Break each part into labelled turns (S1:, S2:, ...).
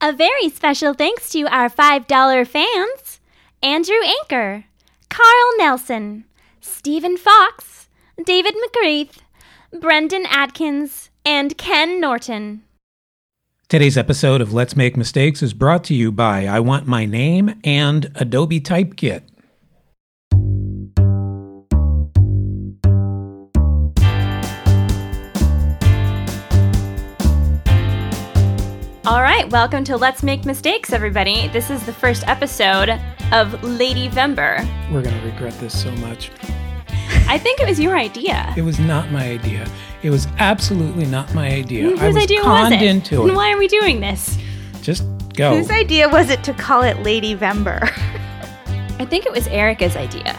S1: A very special thanks to our $5 fans Andrew Anker, Carl Nelson, Stephen Fox, David McGreath, Brendan Atkins, and Ken Norton.
S2: Today's episode of Let's Make Mistakes is brought to you by I Want My Name and Adobe Typekit.
S1: All right, welcome to Let's Make Mistakes, everybody. This is the first episode of Lady Vember.
S2: We're going to regret this so much.
S1: I think it was your idea.
S2: It was not my idea. It was absolutely not my idea.
S1: Whose
S2: I was
S1: idea
S2: conned
S1: was it?
S2: into
S1: And
S2: it.
S1: why are we doing this?
S2: Just go.
S3: Whose idea was it to call it Lady Vember?
S1: I think it was Erica's idea.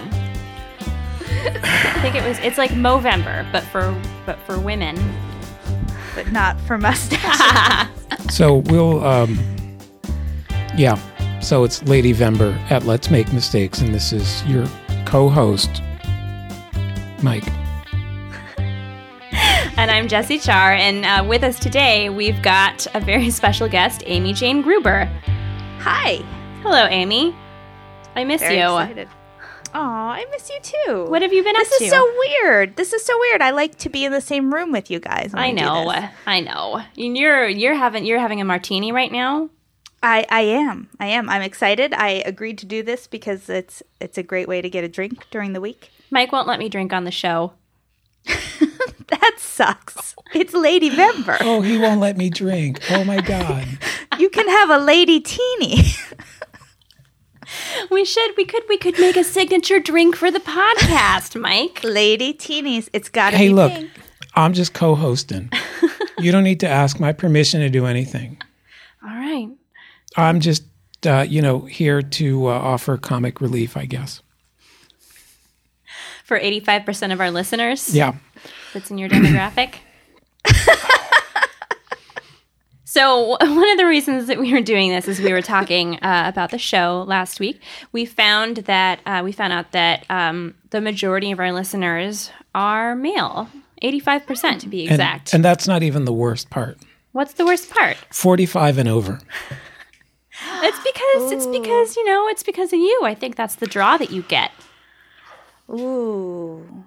S1: I think it was. It's like Movember, but for but for women.
S3: but not for mustache.
S2: So we'll, um, yeah. So it's Lady Vember at Let's Make Mistakes, and this is your co-host, Mike.
S1: And I'm Jessie Char, and uh, with us today we've got a very special guest, Amy Jane Gruber.
S3: Hi.
S1: Hello, Amy. I miss
S3: Very
S1: you.
S3: excited. Aw, I miss you too.
S1: What have you been
S3: this
S1: up to?
S3: is so weird. This is so weird. I like to be in the same room with you guys. when
S1: I
S3: do
S1: know,
S3: this.
S1: I know. And You're you're having you're having a martini right now.
S3: I, I am. I am. I'm excited. I agreed to do this because it's it's a great way to get a drink during the week.
S1: Mike won't let me drink on the show.
S3: That sucks. It's Lady Vember.
S2: Oh, he won't let me drink. Oh my God.
S1: Oh.
S3: you can have a Lady Teeny.
S1: We should we could we could make a signature drink for the podcast, Mike.
S3: lady Teenies. It's got to
S2: Hey,
S3: be
S2: look,
S3: pink.
S2: I'm just co-hosting. you don't need to ask my permission to do anything.
S1: All right.
S2: I'm just, uh, you know, here to uh, offer comic relief, I guess.
S1: For 85% of our listeners.
S2: Yeah.
S1: That's in your demographic. so, w- one of the reasons that we were doing this is we were talking uh, about the show last week. We found that uh, we found out that um, the majority of our listeners are male, 85% to be
S2: And,
S1: exact.
S2: And that's not even the worst part.
S1: What's the worst part?
S2: 45 and over.
S1: It's because it's because, you know, it's because of you. I think that's the draw that you get.
S3: Ooh.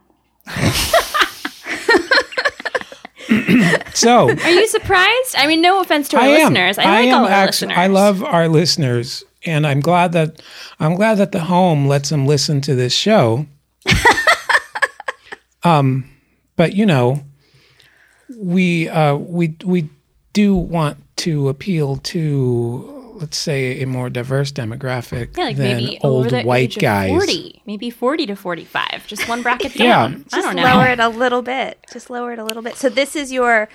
S2: So
S1: Are you surprised? I mean, no offense to our
S2: I am.
S1: listeners. I, like all our
S2: actu-
S1: listeners.
S2: I love our listeners, and I'm glad that I'm glad that the home lets them listen to this show. um, but you know, we uh, we we do want to appeal to let's say a more diverse demographic
S1: Yeah, like
S2: than
S1: maybe
S2: old
S1: over the
S2: white
S1: age of
S2: guys.
S1: forty, maybe forty to forty-five, just one bracket
S2: Yeah.
S1: down. I
S3: Just
S1: don't know.
S3: lower it a little bit. Just lower it a little bit. So this is your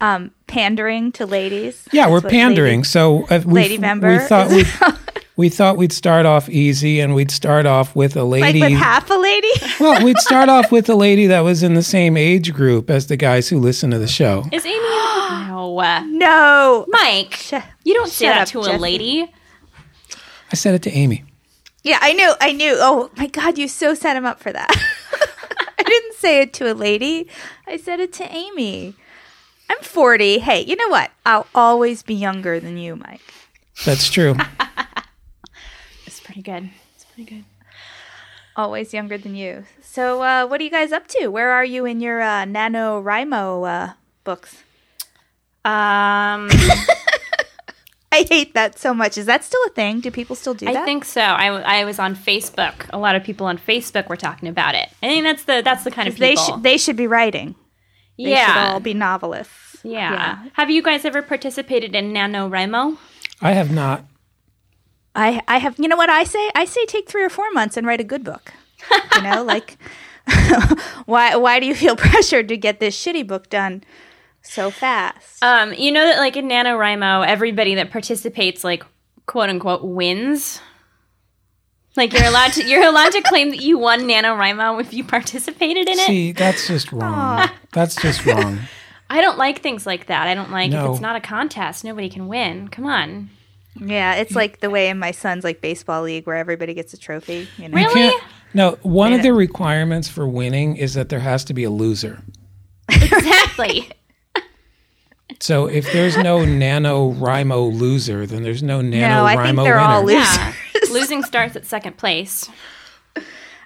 S3: um, pandering to ladies.
S2: Yeah,
S3: That's
S2: we're
S3: what ladies-
S2: pandering. so uh, we,
S3: Lady
S2: we
S3: member
S2: thought
S3: is-
S2: we we thought we'd start off easy, and we'd start off with a
S3: like
S2: lady.
S3: with half a lady.
S2: well, we'd start off with a lady that was in the same age group as the guys who listen to the show.
S1: Is Amy? no, uh,
S3: no.
S1: Mike, you don't say
S3: shut
S1: that
S3: up,
S1: to a
S3: Jesse.
S1: lady.
S2: I said it to Amy.
S3: Yeah, I knew. I knew. Oh my God, you so set him up for that. I didn't say it to a lady. I said it to Amy. I'm 40. Hey, you know what? I'll always be younger than you, Mike.
S2: That's true.
S1: It's pretty good. It's pretty good.
S3: Always younger than you. So, uh, what are you guys up to? Where are you in your uh, NaNoWriMo uh, books?
S1: Um,
S3: I hate that so much. Is that still a thing? Do people still do that?
S1: I think so. I, w- I was on Facebook. A lot of people on Facebook were talking about it. I think that's the that's the kind of people.
S3: they should they should be writing. They
S1: yeah.
S3: should all be novelists.
S1: yeah. Have you guys ever participated in NaNoWriMo?
S2: I have not.
S3: I I have you know what I say? I say take 3 or 4 months and write a good book. You know, like why why do you feel pressured to get this shitty book done so fast?
S1: Um, you know that like in NaNoWriMo, everybody that participates like quote unquote wins. Like you're allowed to you're allowed to claim that you won NaNoWriMo if you participated in it.
S2: See, that's just wrong. That's just wrong.
S1: I don't like things like that. I don't like if
S2: No.
S1: it's not a contest, nobody can win. Come on.
S3: yeah, it's like the way in my son's like baseball league where everybody gets a trophy, you know.
S2: You
S1: Really?
S2: can't- no, one of the requirements for winning is that there has to be a loser.
S1: Exactly.
S2: So if there's no nano NaNoWriMo loser, then there's no nano
S3: No, I think
S2: NaNoWriMo
S3: they're all
S2: winner.
S3: losers.
S1: Yeah. Losing starts at second place.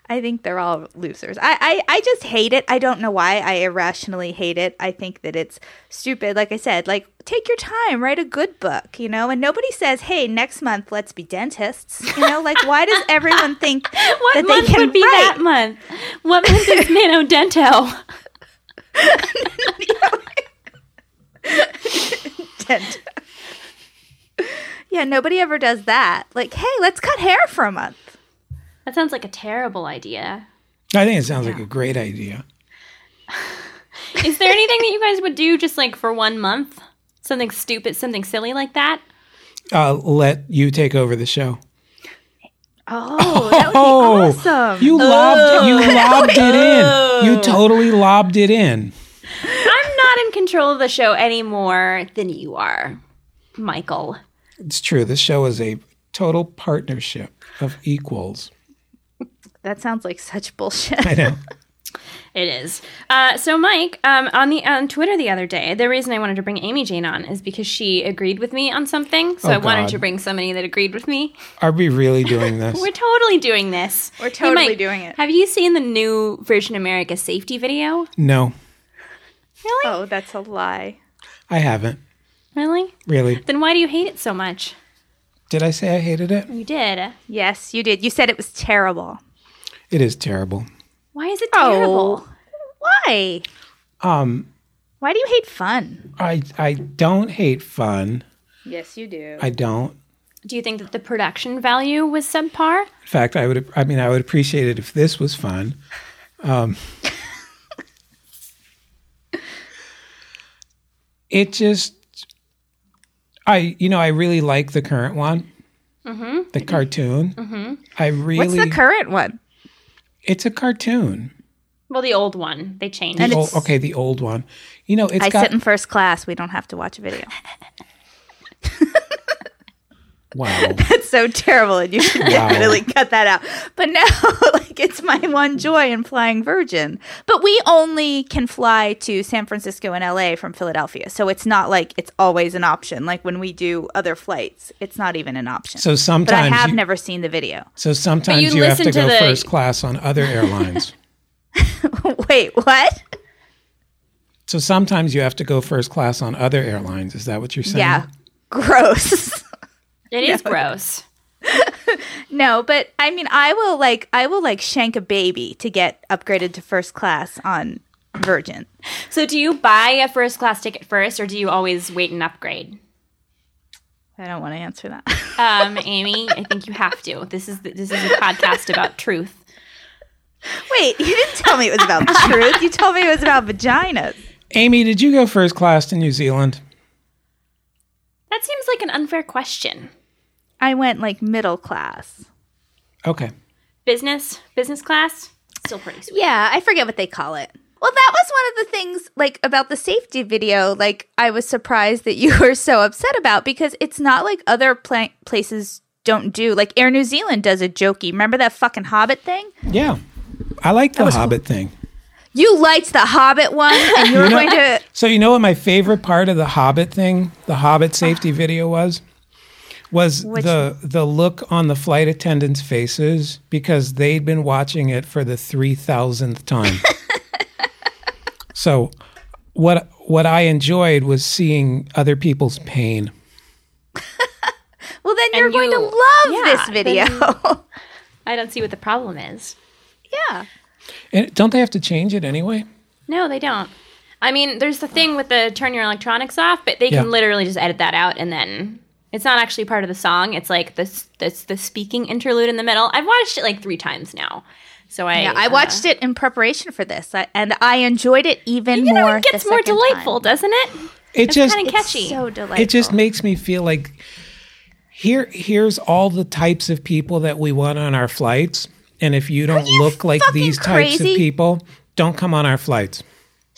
S3: I think they're all losers. I, I, I just hate it. I don't know why. I irrationally hate it. I think that it's stupid. Like I said, like take your time, write a good book, you know? And nobody says, hey, next month, let's be dentists. You know, like why does everyone think
S1: What
S3: that they
S1: month
S3: can
S1: would be
S3: write?
S1: that month? What month is Nano Dento?
S3: Dent. yeah, nobody ever does that. Like, hey, let's cut hair for a month.
S1: That sounds like a terrible idea.
S2: I think it sounds like a great idea.
S1: Is there anything that you guys would do just like for one month? Something stupid, something silly like that?
S2: Uh, let you take over the show.
S3: Oh, that would be
S2: Oh,
S3: awesome. Oh.
S2: you lobbed you lobbed it in. You totally lobbed it in.
S1: I'm not in control of the show any more than you are, Michael.
S2: It's true. This show is a total partnership of equals.
S3: that sounds like such bullshit.
S2: I know.
S1: It is. Uh, so, Mike, um, on the on Twitter the other day, the reason I wanted to bring Amy Jane on is because she agreed with me on something. So
S2: Oh,
S1: I wanted
S2: God.
S1: to bring somebody that agreed with me.
S2: Are we really doing this?
S1: We're totally doing this.
S3: We're
S1: Hey,
S3: totally
S1: Mike,
S3: doing it.
S1: Have you seen the new Virgin America safety video?
S2: No,
S1: Really?
S3: Oh, that's a lie.
S2: I haven't.
S1: Really?
S2: Really.
S1: Then why do you hate it so much?
S2: Did I say I hated it?
S1: You did.
S3: Yes, you did. You said it was terrible.
S2: It is terrible.
S1: Why is it
S3: Oh.
S1: terrible?
S3: Why?
S2: Um,
S3: Why do you hate fun?
S2: I I don't hate fun.
S3: Yes, you do.
S2: I don't.
S1: Do you think that the production value was subpar?
S2: In fact, I would. I mean, I would appreciate it if this was fun. Um, it just, I you know, I really like the current one, mm-hmm. the cartoon. Mm-hmm. I
S3: What's
S2: really.
S3: the current one?
S2: it's a cartoon.
S1: Well, the old one they changed.
S3: And
S2: The
S3: it's-
S2: ol- okay, the old one. You know, it's
S3: I
S2: got
S3: sit in first class. We don't have to watch a video.
S2: wow.
S3: That's so terrible, and you should
S2: Wow.
S3: definitely cut that out. But now, like, it's my one joy in flying Virgin. But we only can fly to San Francisco and LA from Philadelphia, so it's not like it's always an option. Like when we do other flights, it's not even an option.
S2: So
S3: but I
S2: sometimes
S3: have
S2: you-
S3: never seen the video.
S2: So sometimes
S1: you
S2: you, have
S1: listen
S2: to
S1: to
S2: go
S1: the-
S2: first class on other airlines.
S3: Wait, what?
S2: so sometimes you have to go first class on other airlines. Is that what you're saying?
S3: Yeah, gross.
S1: It is gross.
S3: No, but I mean, I will like I will like shank a baby to get upgraded to first class on Virgin.
S1: So, do you buy a first class ticket first, or do you always wait and upgrade?
S3: I don't want to answer that.
S1: Um, Amy, I think you have to. This is the, this is a podcast about truth.
S3: Wait, you didn't tell me it was about truth. You told me it was about vaginas.
S2: Amy, did you go first class to New Zealand?
S1: That seems like an unfair question.
S3: I went like middle class.
S2: Okay.
S1: Business business class still pretty sweet.
S3: Yeah, I forget what they call it. Well, that was one of the things like about the safety video. Like, I was surprised that you were so upset about because it's not like other pla- places don't do. Like Air New Zealand does a jokey. Remember that fucking Hobbit thing?
S2: Yeah. I like the Hobbit thing.
S3: You liked the Hobbit one, and you were going to.
S2: So you know what my favorite part of the Hobbit thing, the Hobbit safety
S1: Ah.
S2: video was? Was the the look on the flight attendants' faces because they'd been watching it for the three thousandth time. so what what I enjoyed was seeing other people's pain.
S3: Well, then you're
S1: And
S3: going to
S1: you-
S3: love
S1: yeah,
S3: this
S1: then
S3: video.
S1: I don't see what the problem is.
S3: yeah.
S2: And don't they have to change it anyway?
S1: No, they don't. I mean, there's the thing with the turn your electronics off, but they
S2: Yeah.
S1: can literally just edit that out and then it's not actually part of the song. It's like this this the speaking interlude in the middle. I've watched it like three times now. So I
S3: Yeah, I
S1: uh,
S3: watched it in preparation for this, I, and I enjoyed it even
S1: you know
S3: more.
S1: it gets
S3: the
S1: more
S3: second
S1: delightful,
S3: time.
S1: doesn't it?
S2: It
S1: It's
S2: just
S1: kinda
S3: It's
S1: catchy.
S3: so delightful.
S2: it just makes me feel like here here's all the types of people that we want on our flights and if you don't
S3: you
S2: look like
S3: fucking
S2: these types of
S3: crazy?
S2: people don't come on our flights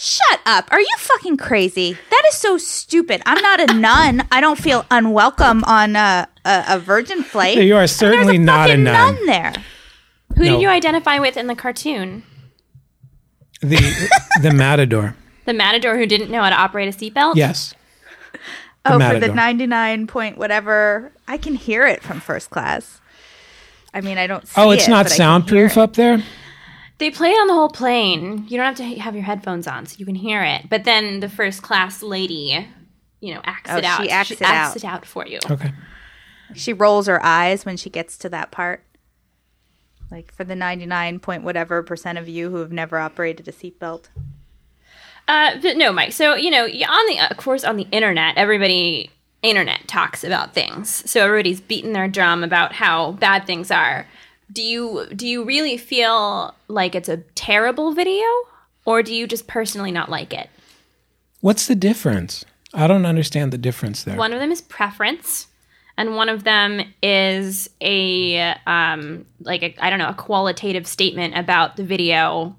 S3: Shut up! Are you fucking crazy? That is so stupid. I'm not a nun. I don't feel unwelcome on a a, a virgin flight.
S2: you are certainly
S3: There's a
S2: not a
S3: fucking
S2: nun
S3: nun there.
S1: Who
S2: No.
S1: did you identify with in the cartoon?
S2: the the matador
S1: The matador who didn't know how to operate a seatbelt?
S2: yes
S3: Oh, for the
S2: Matador.
S3: 99 point whatever. I can hear it from first class. I mean, I don't see
S2: Oh, it's
S3: it,
S2: not
S3: but I can hear
S2: soundproof
S3: it.
S2: up there?
S1: They play it on the whole plane. You don't have to ha- have your headphones on, so you can hear it. But then the first class lady, you know, acts
S3: Oh,
S1: it out.
S3: she acts it out.
S1: it out for you.
S2: Okay.
S3: She rolls her eyes when she gets to that part. Like for the 99 point whatever percent of you who have never operated a seatbelt.
S1: Uh, but no, Mike. So you know, y- on the uh, of course on the internet, everybody internet talks about things. So everybody's beating their drum about how bad things are. Do you do you really feel like it's a terrible video, or do you just personally not like it?
S2: What's the difference? I don't understand the difference there.
S1: One of them is preference, and one of them is a um, like a, I don't know a qualitative statement about the video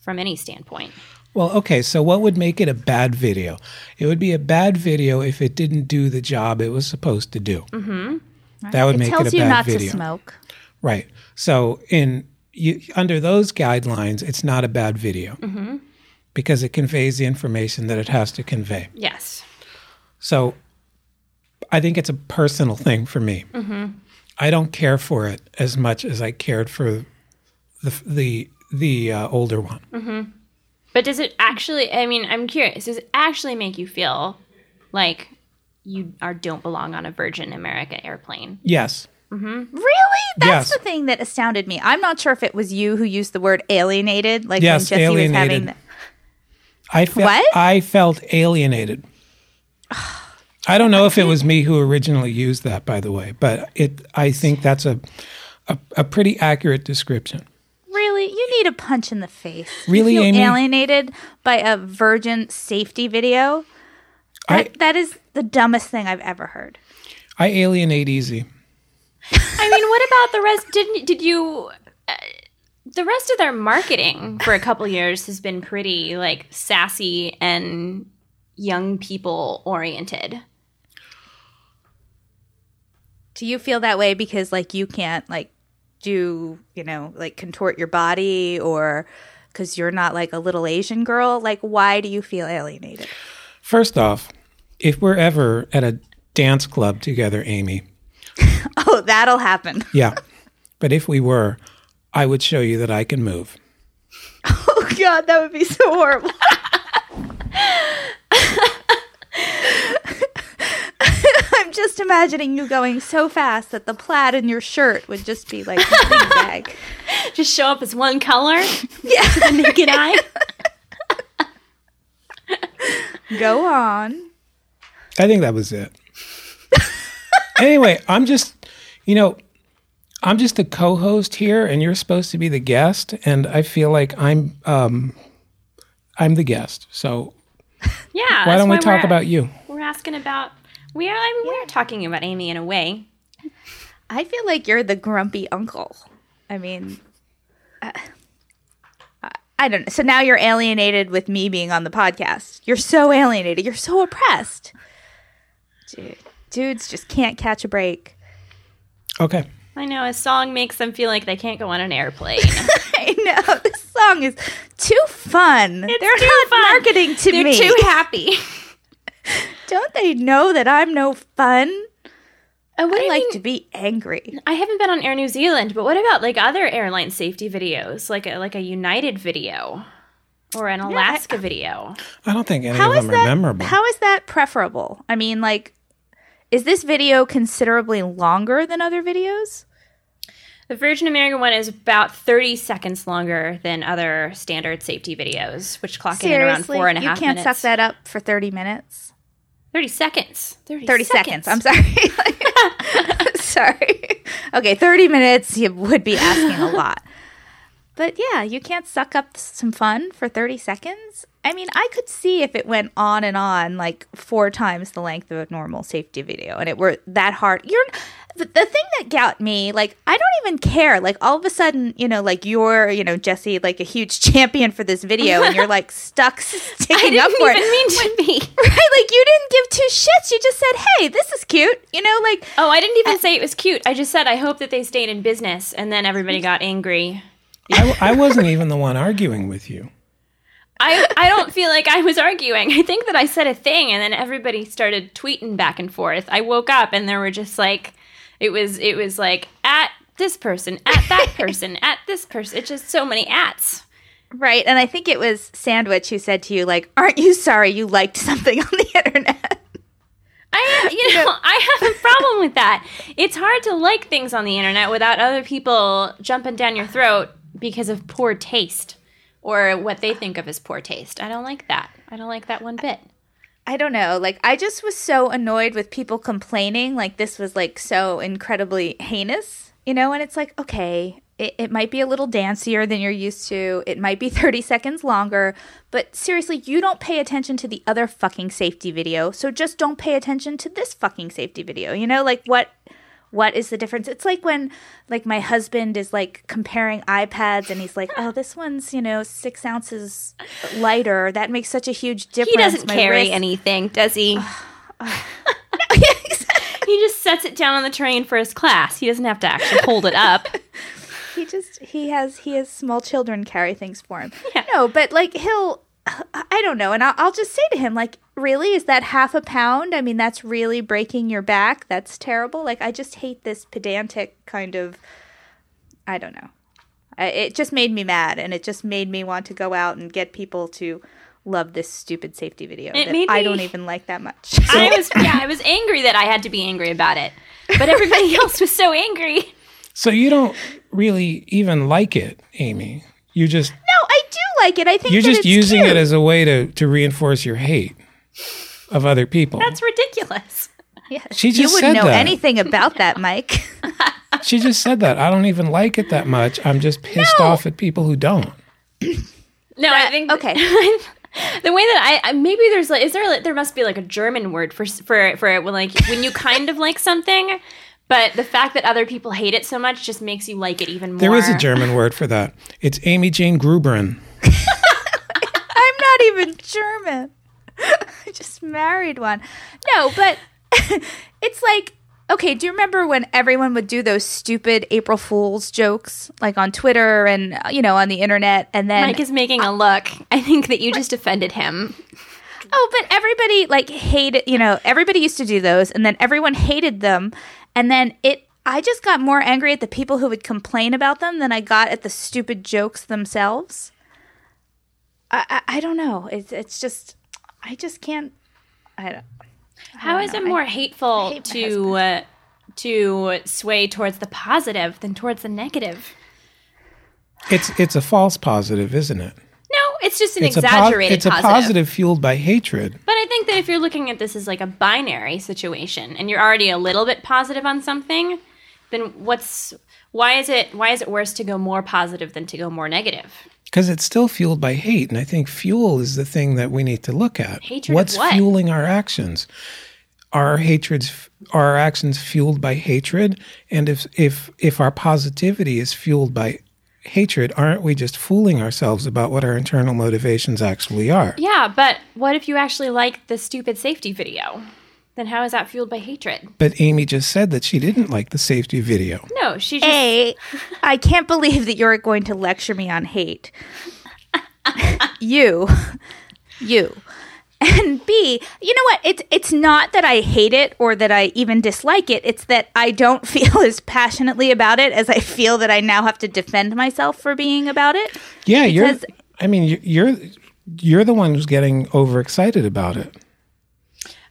S1: from any standpoint.
S2: Well, okay, so what would make it a bad video? It would be a bad video if it didn't do the job it was supposed to do. Mm-hmm. That would make
S3: tells
S2: it a
S3: you
S2: bad
S3: not
S2: video.
S3: to smoke.
S2: Right. So in you, under those guidelines, it's not a bad video
S3: Mm-hmm.
S2: because it conveys the information that it has to convey.
S1: Yes.
S2: So I think it's a personal thing for me.
S3: Mm-hmm.
S2: I don't care for it as much as I cared for the the the uh, older one.
S3: Mm-hmm.
S1: But does it actually? I mean, I'm curious. Does it actually make you feel like you are don't belong on a Virgin America airplane?
S2: Yes.
S3: Really? That's
S2: Yes.
S3: the thing that astounded me. I'm not sure if it was you who used the word alienated, like
S2: Yes,
S3: when Jesse was having
S2: alienated.
S3: the,
S2: I felt
S3: What?
S2: I felt alienated. I don't know if it was me who originally used that, by the way, but it. I think that's a a, a pretty accurate description.
S3: Really? You need a punch in the face.
S2: Really,
S3: you feel
S2: Amy?
S3: alienated by a virgin safety video? That,
S2: I
S3: that is the dumbest thing I've ever heard.
S2: I alienate easy.
S1: I mean, what about the rest? Didn't did you? Uh, the rest of their marketing for a couple years has been pretty like sassy and young people oriented.
S3: Do you feel that way because like you can't like do, you know, like contort your body or cuz you're not like a little Asian girl? Like why do you feel alienated?
S2: First off, if we're ever at a dance club together, Amy,
S3: Oh, that'll happen.
S2: yeah. but if we were, I would show you that I can move.
S3: Oh god, that would be so horrible. I'm just imagining you going so fast that the plaid in your shirt would just be like a big bag.
S1: Just show up as one color,
S3: Yeah.
S1: naked eye.
S3: Go on.
S2: I think that was it. anyway, I'm just, you know, I'm just the co-host here, and you're supposed to be the guest, and I feel like I'm, um, I'm the guest. So
S1: Yeah.
S2: why
S1: that's
S2: don't we
S1: why
S2: talk
S1: we're-
S2: about you?
S1: We're asking about. We are. I mean, we're talking about Amy in a way.
S3: I feel like you're the grumpy uncle. I mean, uh, I- I don't know. So now you're alienated with me being on the podcast. You're so alienated. You're so oppressed. Dude, dudes just can't catch a break.
S2: Okay.
S1: I know a song makes them feel like they can't go on an airplane.
S3: I know this song is too fun. They're
S1: too
S3: not
S1: fun.
S3: marketing to
S1: They're
S3: me.
S1: too happy.
S3: Don't they know that I'm no fun?
S1: Uh, what
S3: I
S1: do you
S3: like
S1: mean-
S3: to be angry.
S1: I haven't been on Air New Zealand, but what about like other airline safety videos, like a like a United video or an Alaska video?
S2: I don't think any
S3: How
S2: of
S3: is
S2: them are
S3: that?
S2: memorable.
S3: How is that preferable? I mean, like, is this video considerably longer than other videos?
S1: The Virgin America one is about thirty seconds longer than other standard safety videos, which clock in at around
S3: Seriously,
S1: four and a
S3: you
S1: half
S3: can't
S1: minutes.
S3: suck that up for thirty minutes.
S1: Thirty seconds. Thirty,
S3: Thirty seconds. I'm sorry. Like, sorry. Okay, thirty minutes. You would be asking a lot. But yeah, you can't suck up some fun for 30 seconds. I mean, I could see if it went on and on like four times the length of a normal safety video and it were that hard. You're the, the thing that got me, like I don't even care. Like all of a sudden, you know, like you're, you know, Jesse like a huge champion for this video and you're like stuck
S1: I
S3: sticking
S1: didn't
S3: up for it.
S1: even mean to be.
S3: Right, like you didn't give two shits. You just said, "Hey, this is cute." You know, like
S1: Oh, I didn't even say it was cute. I just said I hope that they stayed in business, and then everybody got angry.
S2: I, I wasn't even the one arguing with you.
S1: I, I don't feel like I was arguing. I think that I said a thing and then everybody started tweeting back and forth. I woke up and there were just like it was it was like at this person, at that person, at this person. It's just so many ats.
S3: Right. And I think it was Sandwich who said to you, like, aren't you sorry you liked something on the internet?
S1: I you know, I have a problem with that. It's hard to like things on the internet without other people jumping down your throat because of poor taste or what they think of as poor taste. I don't like that. I don't like that one bit.
S3: I don't know. Like, I just was so annoyed with people complaining, like, this was like so incredibly heinous, you know? And it's like, okay, it, it might be a little dancier than you're used to. It might be 30 seconds longer. But seriously, you don't pay attention to the other fucking safety video. So just don't pay attention to this fucking safety video. You know, like what what is the difference? It's like when like my husband is like comparing iPads and he's like, Oh, this one's, you know, six ounces lighter. That makes such a huge difference.
S1: He doesn't
S3: My
S1: carry
S3: wrist-
S1: anything, does he? he just sets it down on the train for his class. He doesn't have to actually hold it up.
S3: he just he has he has small children carry things for him no but like he'll i don't know and I'll, I'll just say to him like really is that half a pound i mean that's really breaking your back that's terrible like i just hate this pedantic kind of i don't know I, it just made me mad and it just made me want to go out and get people to love this stupid safety video
S1: It
S3: that
S1: made
S3: i
S1: me-
S3: don't even like that much
S1: I was yeah, I was angry that I had to be angry about it. But everybody else was so angry.
S2: So you don't really even like it, Amy. You just
S3: no i do like it i think
S2: you're
S3: that
S2: just
S3: it's
S2: using
S3: cute.
S2: it as a way to to reinforce your hate of other people.
S1: That's ridiculous.
S2: she
S3: you
S2: just
S3: wouldn't
S2: said
S3: know
S2: that.
S3: anything about that mike
S2: She just said that. I don't even like it that much. I'm just pissed off at people who don't.
S1: No, I think
S3: okay.
S1: the way that I, I maybe there's like is there like, there must be like a German word for s- for for it when like when you kind of like something, but the fact that other people hate it so much just makes you like it even more.
S2: There is a German word for that. It's Amy Jane Gruberin.
S3: I'm not even German. I just married one. No, but it's like okay, do you remember when everyone would do those stupid April Fools jokes like on Twitter and uh, you know on the internet and then
S1: Mike is making a look. I think that you just offended him.
S3: oh, but everybody like hated, you know, everybody used to do those and then everyone hated them and then it I just got more angry at the people who would complain about them than I got at the stupid jokes themselves. I I, I don't know. It's it's just I just can't I don't
S1: How is it more hateful
S3: hate my
S1: to uh, to sway towards the positive than towards the negative?
S2: It's it's a false positive, isn't it?
S1: No, it's just an
S2: It's
S1: exaggerated
S2: a po- it's a positive fueled by hatred.
S1: But I think that if you're looking at this as like a binary situation and you're already a little bit positive on something, then what's why is it why is it worse to go more positive than to go more negative?
S2: Because it's still fueled by hate. And I think fuel is the thing that we need to look at.
S1: Hatred of
S2: What's
S1: what?
S2: fueling our actions? Are our hatreds are our actions fueled by hatred? And if if if our positivity is fueled by hatred, aren't we just fooling ourselves about what our internal motivations actually are?
S1: Yeah, but what if you actually like the stupid safety video? Then how is that fueled by hatred?
S2: But Amy just said that she didn't like the safety video.
S1: No, she just
S3: A, I can't believe that you're going to lecture me on hate. you, you, and B. You know what? It's it's not that I hate it or that I even dislike it. It's that I don't feel as passionately about it as I feel that I now have to defend myself for being about it.
S2: Yeah,
S3: Because-
S2: you're. I mean, you- you're you're the one who's getting overexcited about it.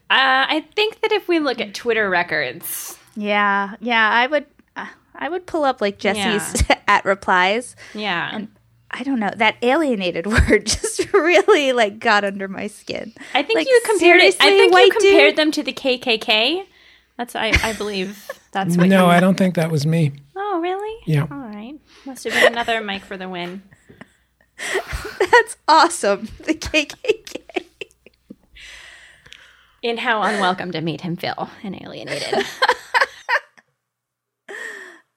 S3: Eh.
S1: uh, I think that if we look at Twitter records,
S3: Yeah, yeah. I would, uh, I would pull up like Jesse's at replies.
S1: yeah.
S3: Um, I don't know. That alienated word just really like got under my skin.
S1: I think
S3: Like,
S1: you compared it. I
S3: seriously,
S1: think you
S3: white
S1: compared
S3: dude?
S1: them to the KKK. That's I, I believe
S3: Mm.
S1: that's what.
S2: No,
S1: you,
S2: I don't think that was me.
S1: Oh, really?
S2: Yeah.
S1: All right. Must have been another mic for the win.
S3: That's awesome. The KKK.
S1: And how unwelcome to made him feel and alienated.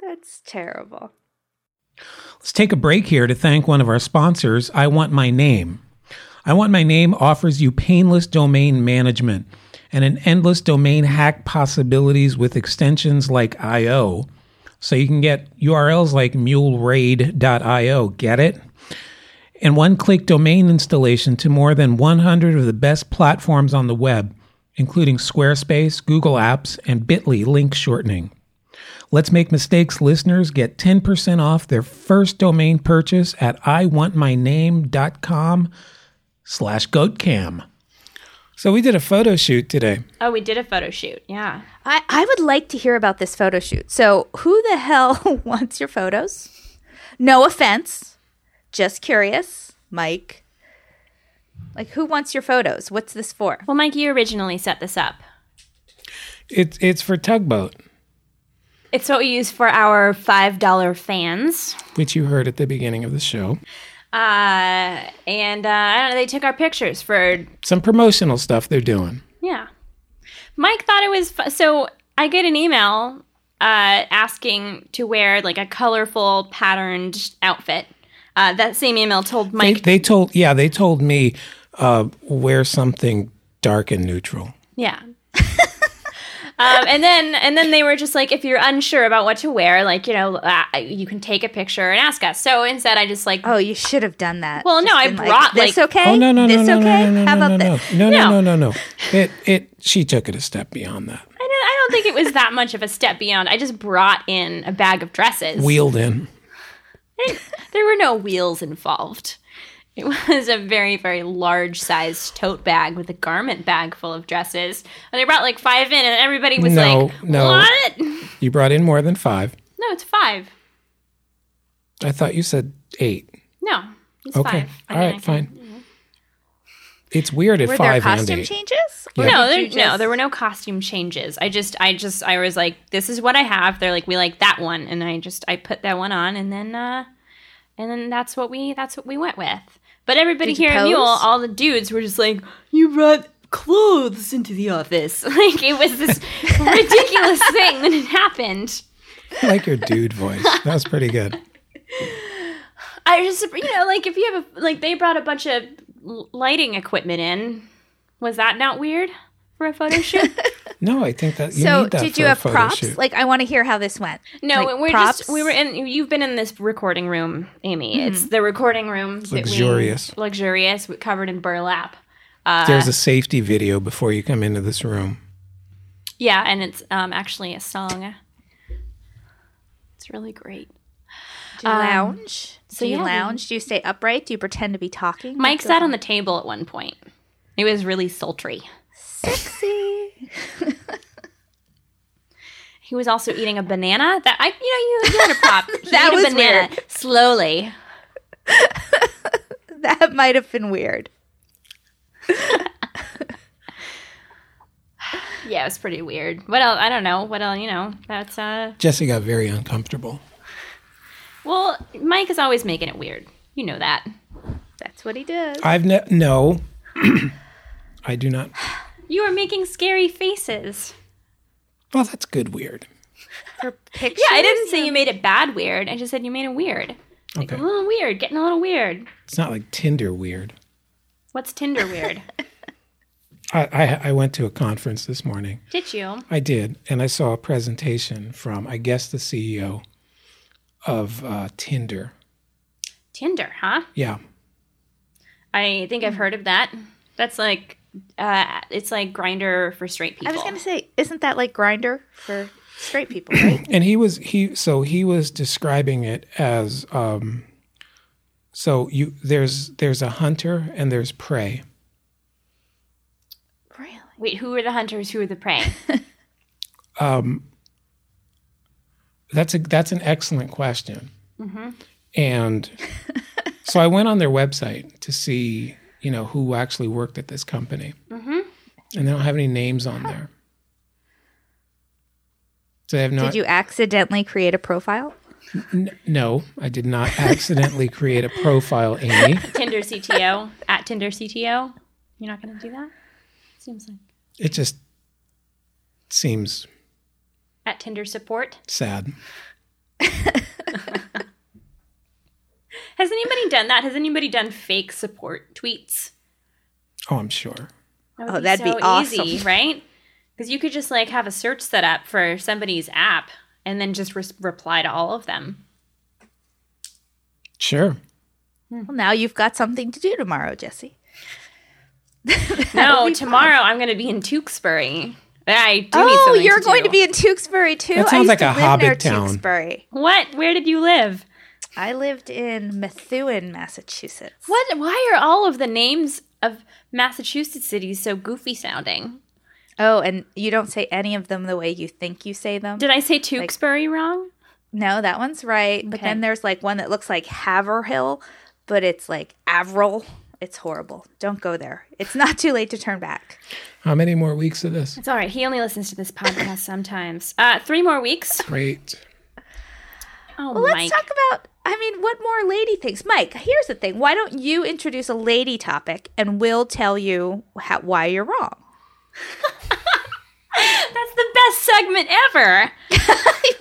S3: That's terrible.
S2: Let's take a break here to thank one of our sponsors, I Want My Name. I Want My Name offers you painless domain management and an endless domain hack possibilities with extensions like IO. So you can get URLs like muleraid.io, get it? and one click domain installation to more than 100 of the best platforms on the web, including Squarespace, Google Apps, and Bitly link shortening. Let's Make Mistakes listeners get 10% off their first domain purchase at iwantmyname.com slash goatcam. So we did a photo shoot today.
S1: Oh, we did a photo shoot. Yeah.
S3: I, I would like to hear about this photo shoot. So, who the hell wants your photos? No offense, just curious, Mike. Like, who wants your photos? What's this for?
S1: Well, Mike, you originally set this up.
S2: It's, it's for Tugboat,
S1: It's what we use for our $5 fans.
S2: which you heard at the beginning of the show.
S1: Uh, and uh, I don't know, they took our pictures for,
S2: Some promotional stuff they're doing.
S1: yeah. Mike thought it was, fu- so I get an email uh, asking to wear like a colorful patterned outfit. Uh, that same email told
S2: They,
S1: Mike,
S2: they told, yeah, they told me uh, wear something dark and neutral.
S1: yeah. Um, and then, and then they were just like, if you're unsure about what to wear, like you know, uh, you can take a picture and ask us. So instead, I just like
S3: Oh, you should have done that.
S1: Well, no, I
S3: been
S1: brought,
S3: this
S1: like-
S3: okay?
S2: Oh no no no
S3: this
S2: no,
S3: okay?
S2: no no no
S3: How
S2: no
S3: about
S2: no
S3: this?
S2: no no
S1: No.
S2: no no no. It it she took it a step beyond that.
S1: I don't, I don't think it was that much of a step beyond. I just brought in a bag of dresses.
S2: Wheeled in.
S1: There were no wheels involved. It was a very, very large sized tote bag with a garment bag full of dresses. And I brought like five in, and everybody was
S2: No,
S1: like,
S2: no.
S1: What? No,
S2: You brought in more than five.
S1: it's five.
S2: I thought you said eight.
S1: No, it's
S2: Okay.
S1: five. I
S2: All
S1: mean, I
S2: right.
S1: can-
S2: Fine. It's weird at
S3: Were there
S2: five and
S3: costume
S2: eight.
S3: changes?
S2: Yeah.
S1: No, there,
S3: you
S1: no,
S3: just-
S1: there were no costume changes. I just, I just, I was like, this is what I have. They're like, we like that one, and I just, I put that one on, and then, uh and then that's what we, that's what we went with. But everybody
S3: Did you
S1: here at Mule,
S3: pose?
S1: all the dudes were just like, you brought clothes into the office. Like it was this ridiculous thing that had happened.
S2: I like your dude voice. That was pretty good.
S1: I just, you know, like if you have a, like they brought a bunch of l- lighting equipment in. Was that not weird for a photo shoot?
S2: No, I think that you
S3: So,
S2: need that
S3: did
S2: for
S3: you
S2: a
S3: have
S2: photo
S3: props?
S2: shoot.
S3: Like, I want to hear how this went.
S1: No,
S3: Like,
S1: we're
S3: props? Mm-hmm.
S1: just we were in. You've been in this recording room, Amy. It's the recording room. that we-
S2: Luxurious.
S1: luxurious, w- covered in burlap.
S3: Uh,
S2: There's a safety video before you come into this room.
S1: Yeah, and it's um, actually a song. It's really great.
S3: Do you lounge?
S1: so
S3: do you
S1: yeah, we-
S3: lounge? Do you stay upright? Do you pretend to be talking?
S1: Mike sat on the table at one point. It was really sultry.
S3: sexy.
S1: He was also eating a banana. That I, you know, you, you had a prop. He
S3: That
S1: ate
S3: was
S1: a banana slowly.
S3: That might have been weird.
S1: Yeah, it was pretty weird. What else? I don't know. What else? You know, that's uh.
S2: Jesse got very uncomfortable.
S1: Well, Mike is always making it weird. You know that.
S3: That's what he did.
S2: I've ne- no. I do not.
S1: You are making scary faces.
S2: Well, that's good weird.
S3: For pictures.
S1: Yeah, I didn't say you made it bad weird. I just said you made it weird. Like
S2: Okay.
S1: a little weird, getting a little weird.
S2: It's not like Tinder weird.
S1: What's Tinder weird?
S2: I, I, I went to a conference this morning.
S1: Did you?
S2: I did, and I saw a presentation from, I guess, the CEO of uh, Tinder.
S1: Tinder, huh?
S2: Yeah,
S1: I think
S3: Hmm.
S1: I've heard of that. That's like, uh, it's like grinder for straight people.
S3: I was gonna say, isn't that like grinder for straight people, right?
S2: and he was he so he was describing it as um, so you there's there's a hunter and there's prey.
S3: really?
S1: Wait, who are the hunters? Who are the prey?
S2: That's a that's an excellent question.
S3: Mm-hmm.
S2: And so I went on their website to see you know who actually worked at this company,
S3: Mm-hmm.
S2: and they don't have any names on there. So they have no.
S3: Did you accidentally create a profile?
S2: N- no, I did not accidentally create a profile, Amy.
S1: Tinder CTO at Tinder CTO. You're not gonna do that. Seems like
S2: It just seems
S1: at Tinder support.
S2: sad.
S1: Has anybody done that? Has anybody done fake support tweets?
S2: Oh, I'm sure.
S1: That would
S3: Oh, that'd be awesome.
S1: easy, right? Because you could just like have a search set up for somebody's app and then just res- reply to all of them.
S2: Sure.
S3: Well, now you've got something to do tomorrow, Jesse. That'll
S1: No,
S3: be
S1: tomorrow I'm going to be in Tewksbury. I do need
S3: Oh,
S1: something
S3: you're
S1: to
S3: going
S1: do.
S3: to be in Tewksbury too.
S2: That
S3: I
S2: sounds
S3: used
S2: like
S3: to
S2: a
S3: live near
S2: hobbit town.
S3: Tewksbury.
S1: What? Where did you live?
S3: I lived in Methuen, Massachusetts.
S1: What? Why are all of the names of Massachusetts cities so goofy sounding?
S3: Oh, and you don't say any of them the way you think you say them.
S1: Did I say Tewksbury wrong?
S3: no, that one's right. But
S1: Okay.
S3: then there's like one that looks like Haverhill, but it's like Avril. It's horrible. Don't go there. It's not too late to turn back.
S2: How many more weeks of this?
S1: It's all right. He only listens to this podcast sometimes. Uh, three more weeks.
S2: Great.
S1: Oh,
S3: Well, let's
S1: Mike.
S3: talk about. I mean, what more lady things? Mike, here's the thing. Why don't you introduce a lady topic, and we'll tell you how, why you're wrong.
S1: That's the best segment ever.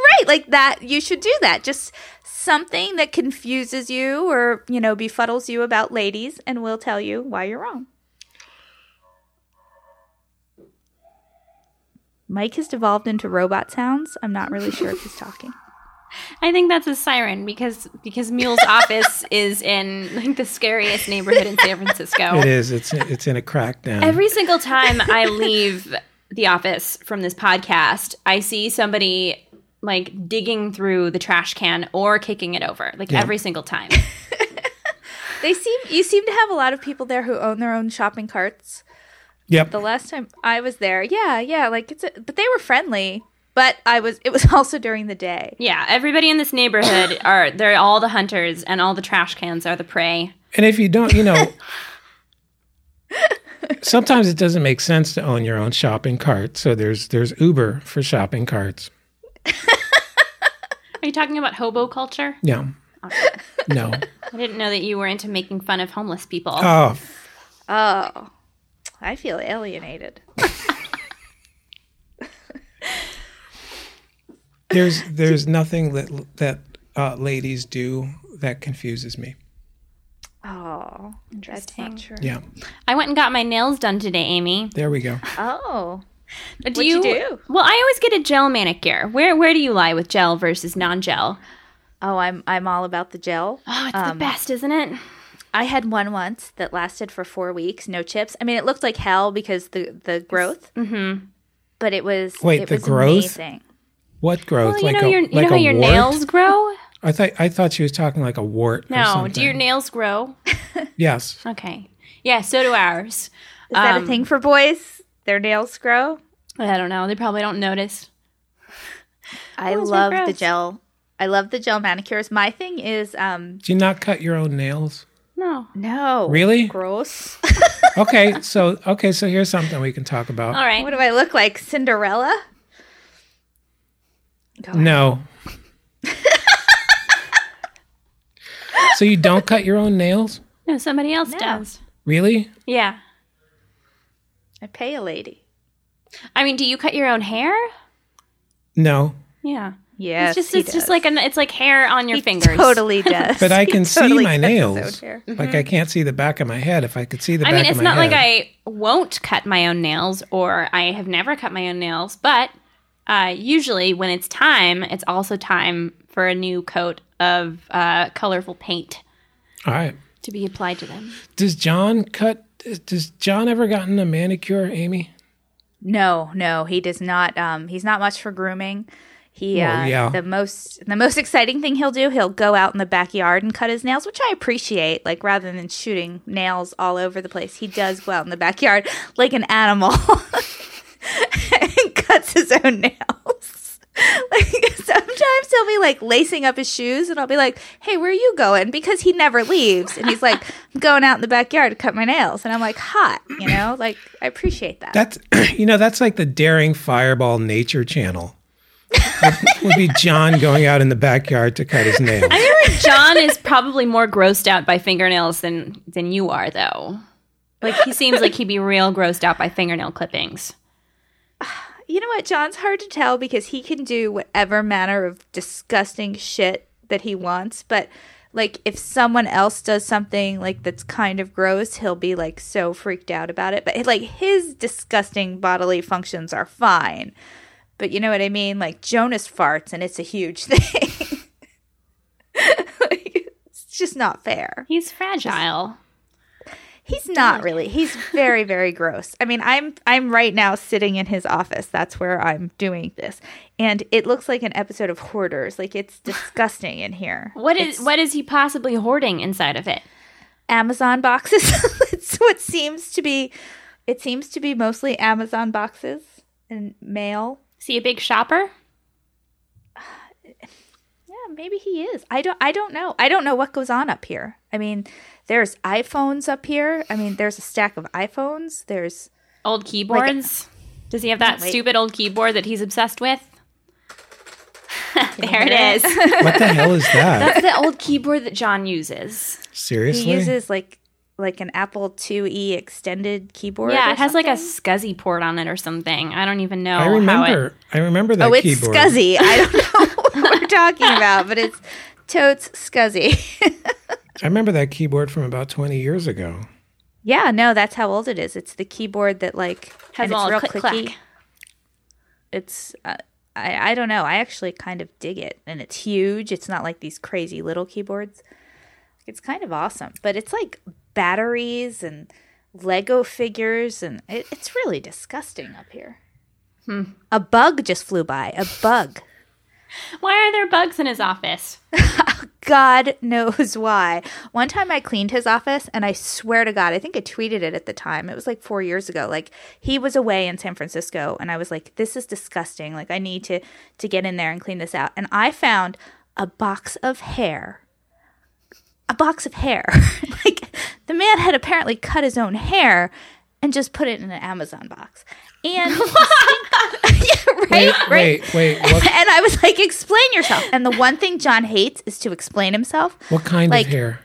S3: right like that you should do that just something that confuses you or you know befuddles you about ladies and we'll tell you why you're wrong mike has devolved into robot sounds i'm not really sure if he's talking
S1: I think that's a siren because because Mule's office is in like the scariest neighborhood in San Francisco.
S2: It is. It's it's in a crackdown.
S1: Every single time I leave the office from this podcast, I see somebody like digging through the trash can or kicking it over. Like every single time.
S3: they seem you seem to have a lot of people there who own their own shopping carts
S2: yep.
S3: the last time i was there yeah yeah like it's a, but they were friendly but i was it was also during the day
S1: Yeah, everybody in this neighborhood are they're all the hunters and all the trash cans are the prey.
S2: And if you don't, you know, sometimes it doesn't make sense to own your own shopping cart. So there's there's Uber for shopping carts.
S1: Are you talking about hobo culture?
S2: No, no.
S1: I didn't know that you were into making fun of homeless people.
S2: Oh,
S3: Oh, I feel alienated.
S2: there's there's nothing that that uh, ladies do that confuses me.
S3: Oh, that's not true.
S2: Yeah,
S1: I went and got my nails done today, Amy.
S2: there we go.
S3: Oh,
S1: Do
S3: What'd you do?
S1: Well, I always get a gel manicure. Where where do you lie with gel versus non-gel?
S3: oh, I'm I'm all about the gel.
S1: Oh, it's the best, isn't it?
S3: I had one once that lasted for four weeks, no chips. I mean, it looked like hell because the the growth. Mm-hmm. But it was
S2: Wait,
S3: it
S2: the
S3: was
S2: growth?
S3: amazing.
S2: What growth?
S1: Well, you know your you know how your
S2: wart?
S1: nails grow?
S2: I thought I thought she was talking like a wart. or
S1: No,
S2: something.
S1: do your nails grow?
S2: yes.
S1: Okay. Yeah, so do ours.
S3: Is that
S1: Um,
S3: a thing for boys? Their nails grow.
S1: I don't know. They probably don't notice.
S3: I
S1: Boys are
S3: love the
S1: gross.
S3: gel. I love the gel manicures. My thing is um
S2: Do you not cut your own nails?
S1: No.
S3: no
S2: Really?
S3: gross.
S2: Okay, so okay, so here's something we can talk about.
S1: All right.
S3: what do I look like, Cinderella? Go ahead.
S2: No. so you don't cut your own nails?
S1: No, somebody else
S3: No.
S1: does.
S2: Really?
S1: Yeah.
S3: I pay a lady.
S1: I mean, do you cut your own hair?
S2: No.
S1: Yeah.
S3: Yes,
S1: it's just
S3: he
S1: it's just
S3: does.
S1: like an it's like hair on your
S3: He
S1: fingers.
S3: Totally does.
S2: But I
S3: He
S2: can see
S3: totally
S2: my
S3: cuts his
S2: nails.
S3: own hair.
S2: Like I can't see the back of my head. If I could see the
S1: Mm-hmm. I
S2: back
S1: mean,
S2: of
S1: it's
S2: my
S1: not like
S2: head-
S1: I won't cut my own nails or I have never cut my own nails, but uh, usually when it's time, it's also time for a new coat of uh, colorful paint
S2: All right.
S1: to be applied to them.
S2: Does John cut does John ever gotten a manicure, Amy?
S3: No, no, he does not. Um, he's not much for grooming. He
S2: Well,
S3: uh,
S2: yeah.
S3: the most the most exciting thing he'll do he'll go out in the backyard and cut his nails, which I appreciate. Like rather than shooting nails all over the place, he does go out in the backyard like an animal and cuts his own nails. Like sometimes he'll be like lacing up his shoes, and I'll be like, "Hey, where are you going?" Because he never leaves, and he's like, "I'm going out in the backyard to cut my nails," and I'm like, "Hot," you know. Like I appreciate that.
S2: That's you know, that's like the daring fireball nature channel. It would be John going out in the backyard to cut his nails.
S1: I feel like John is probably more grossed out by fingernails than than you are, though. Like he seems like he'd be real grossed out by fingernail clippings.
S3: You know what? John's hard to tell because he can do whatever manner of disgusting shit that he wants, but like if someone else does something like that's kind of gross, he'll be like so freaked out about it. But like his disgusting bodily functions are fine. But you know what I mean? Like Jonas farts and it's a huge thing. like, it's It's just not fair.
S1: He's fragile.
S3: He's not really. He's very, very gross. I mean, I'm I'm right now sitting in his office. That's where I'm doing this, and it looks like an episode of Hoarders. Like it's disgusting in here.
S1: What is what is he possibly hoarding inside of it?
S3: Amazon boxes. it's what seems to be. It seems to be mostly Amazon boxes and mail.
S1: Is he a big shopper?
S3: Yeah, maybe he is. I don't. I don't know. I don't know what goes on up here. I mean, there's iPhones up here. I mean, there's a stack of iPhones. There's
S1: Old keyboards? Does he have that
S3: Wait.
S1: stupid old keyboard that he's obsessed with? there
S3: hear
S1: it is.
S2: What the hell is
S1: That's
S2: that?
S1: the old keyboard that John uses.
S2: Seriously?
S3: he uses like like an Apple IIe extended keyboard.
S1: yeah,
S3: or
S1: it has like a
S3: something.
S1: SCSI port on it or something. I don't even know.
S2: I
S1: Oh, How it,
S2: remember. I remember that
S3: Oh, it's
S2: keyboard.
S3: scuzzy. I don't know what we're talking about, but it's totes scuzzy.
S2: I remember that keyboard from about 20 years ago.
S3: yeah, no, that's how old it is. It's the keyboard that like
S1: Has
S3: and
S1: all
S3: it's
S1: the
S3: real
S1: click
S3: clicky.
S1: clack.
S3: It's uh, I I don't know. I actually kind of dig it, and it's huge. It's not like these crazy little keyboards. It's kind of awesome, but it's like batteries and Lego figures, and it, it's really disgusting up here.
S1: Hmm.
S3: A bug just flew by. A bug.
S1: why are there bugs in his office?
S3: God knows why. One time I cleaned his office and I swear to God, I think I tweeted it at the time. It was like four years ago. Like he was away in San Francisco and I was like, this is disgusting. Like I need to to get in there and clean this out. And I found a box of hair. A box of hair. like the man had apparently cut his own hair and just put it in an Amazon box. And yeah, right,
S2: Wait,
S3: right.
S2: wait, wait. What,
S3: And I was like, explain yourself. And the one thing John hates is to explain himself.
S2: what kind
S3: Like-
S2: of hair?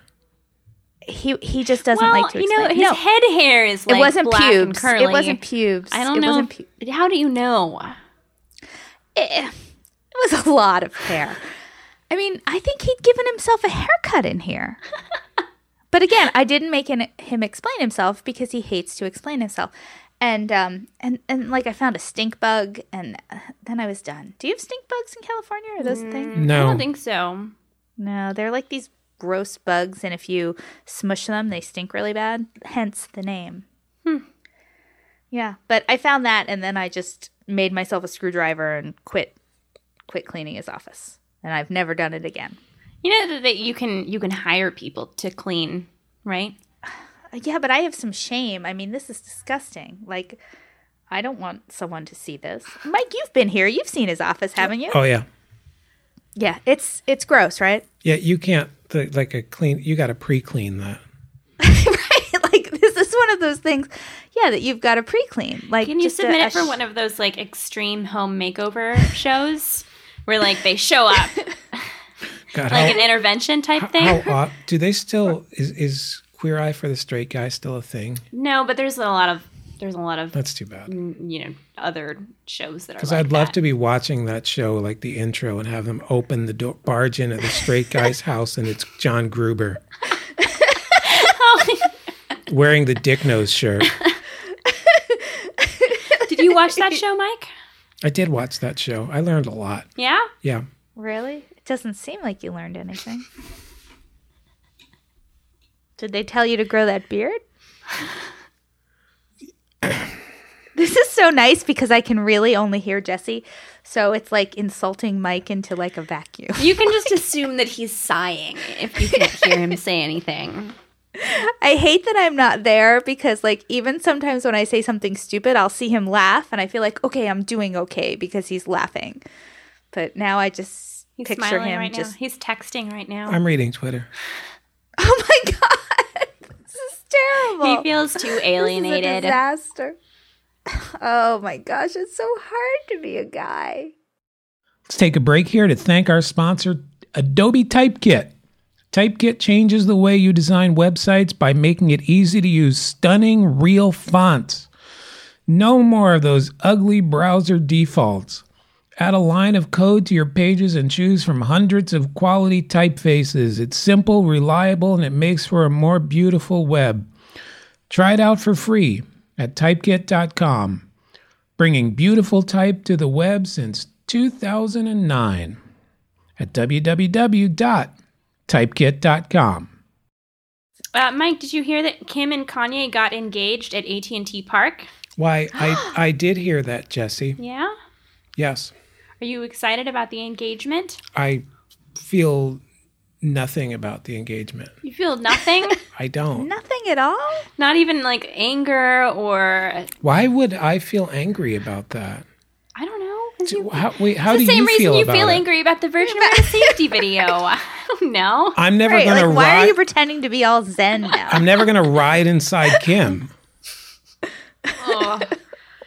S3: He he just doesn't
S1: well,
S3: like to
S1: you know,
S3: explain.
S1: his
S3: no,
S1: head hair is like
S3: it wasn't
S1: black and
S3: pubes.
S1: curly.
S3: It wasn't pubes.
S1: I don't
S3: it
S1: know.
S3: Wasn't pu-
S1: if- how do you know?
S3: eh, it was a lot of hair. I mean, I think he'd given himself a haircut in here. but again, I didn't make an, him explain himself because he hates to explain himself. And um and and like I found a stink bug, and uh, then I was done. Do you have stink bugs in California? Are those a thing?
S1: I
S2: No.
S1: don't think so.
S3: No, they're like these gross bugs, and if you smush them, they stink really bad. Hence the name. Hmm. Yeah, but I found that, and then I just made myself a screwdriver and quit, quit cleaning his office, and I've never done it again.
S1: You know that- that you can you can hire people to clean, right?
S3: Uh, Yeah, but I have some shame. I mean, this is disgusting. Like, I don't want someone to see this. Mike, you've been here. You've seen his office, haven't you?
S2: Oh yeah,
S3: Yeah, it's it's gross, right?
S2: yeah. You can't the, like a clean. You got to pre-clean that.
S3: right? Like, this is one of those things. Yeah, that you've got to pre-clean. Like,
S1: Can you
S3: just a-
S1: submit
S3: a
S1: it for
S3: sh-
S1: one of those like extreme home makeover shows where like they show up
S2: God,
S1: like an intervention type
S2: how,
S1: thing?
S2: how odd- do they still is is queer eye for the straight guy still a thing?
S1: No, but there's a lot of there's a lot of
S2: That's too bad.
S1: you know other shows that are.
S2: Because
S1: Mm, like
S2: I'd love
S1: that.
S2: to be watching that show, like the intro, and have them open the door, barge in at the straight guy's house, and it's John Gruber
S1: Oh,
S2: wearing the dick nose shirt.
S1: Did you watch that show, Mike?
S2: I did watch that show. I learned a lot.
S1: Yeah.
S2: Yeah.
S3: Really? It doesn't seem like you learned anything. Did they tell you to grow that beard? this is so nice because I can really only hear Jesse. So it's like insulting Mike into like a vacuum.
S1: You can just assume that he's sighing if you can't hear him say anything.
S3: I hate that I'm not there because like even sometimes when I say something stupid, I'll see him laugh and I feel like, okay, I'm doing okay because he's laughing. But now I just
S1: He's
S3: picture
S1: smiling
S3: him
S1: right
S3: just
S1: now. He's texting right now.
S2: I'm reading Twitter.
S3: Oh my god, this is terrible.
S1: He feels too
S3: This is a
S1: alienated.
S3: disaster. Oh my gosh, it's so hard to be a guy.
S2: Let's take a break here to thank our sponsor, Adobe Typekit. Typekit changes the way you design websites by making it easy to use stunning, real fonts. No more of those ugly browser defaults. Add a line of code to your pages and choose from hundreds of quality typefaces. It's simple, reliable, and it makes for a more beautiful web. Try it out for free at typekit.com bringing beautiful type to the web since 2009 at www.adobe typekit.com.
S1: Uh, Mike, did you hear that Kim and Kanye got engaged at AT and T Park?
S2: Why, I, I did hear that, Jesse.
S1: Yeah.
S2: Yes.
S1: Are you excited about the engagement?
S2: I feel nothing about the engagement.
S1: You feel nothing?
S2: I don't.
S3: Nothing at all.
S1: Not even like anger or
S2: Why would I feel angry about that?
S1: I don't know. 'cause
S2: Do-
S1: you-
S2: How, wait, how
S1: it's
S2: do
S1: the same
S2: you
S1: reason
S2: feel
S1: you
S2: about
S1: feel
S2: it?
S1: angry about the Virgin Mary safety video. I don't know.
S2: I'm never
S3: Right.
S2: gonna
S3: Like, why are
S2: ride.
S3: you pretending to be all zen now?
S2: I'm never gonna ride inside Kim.
S1: Oh.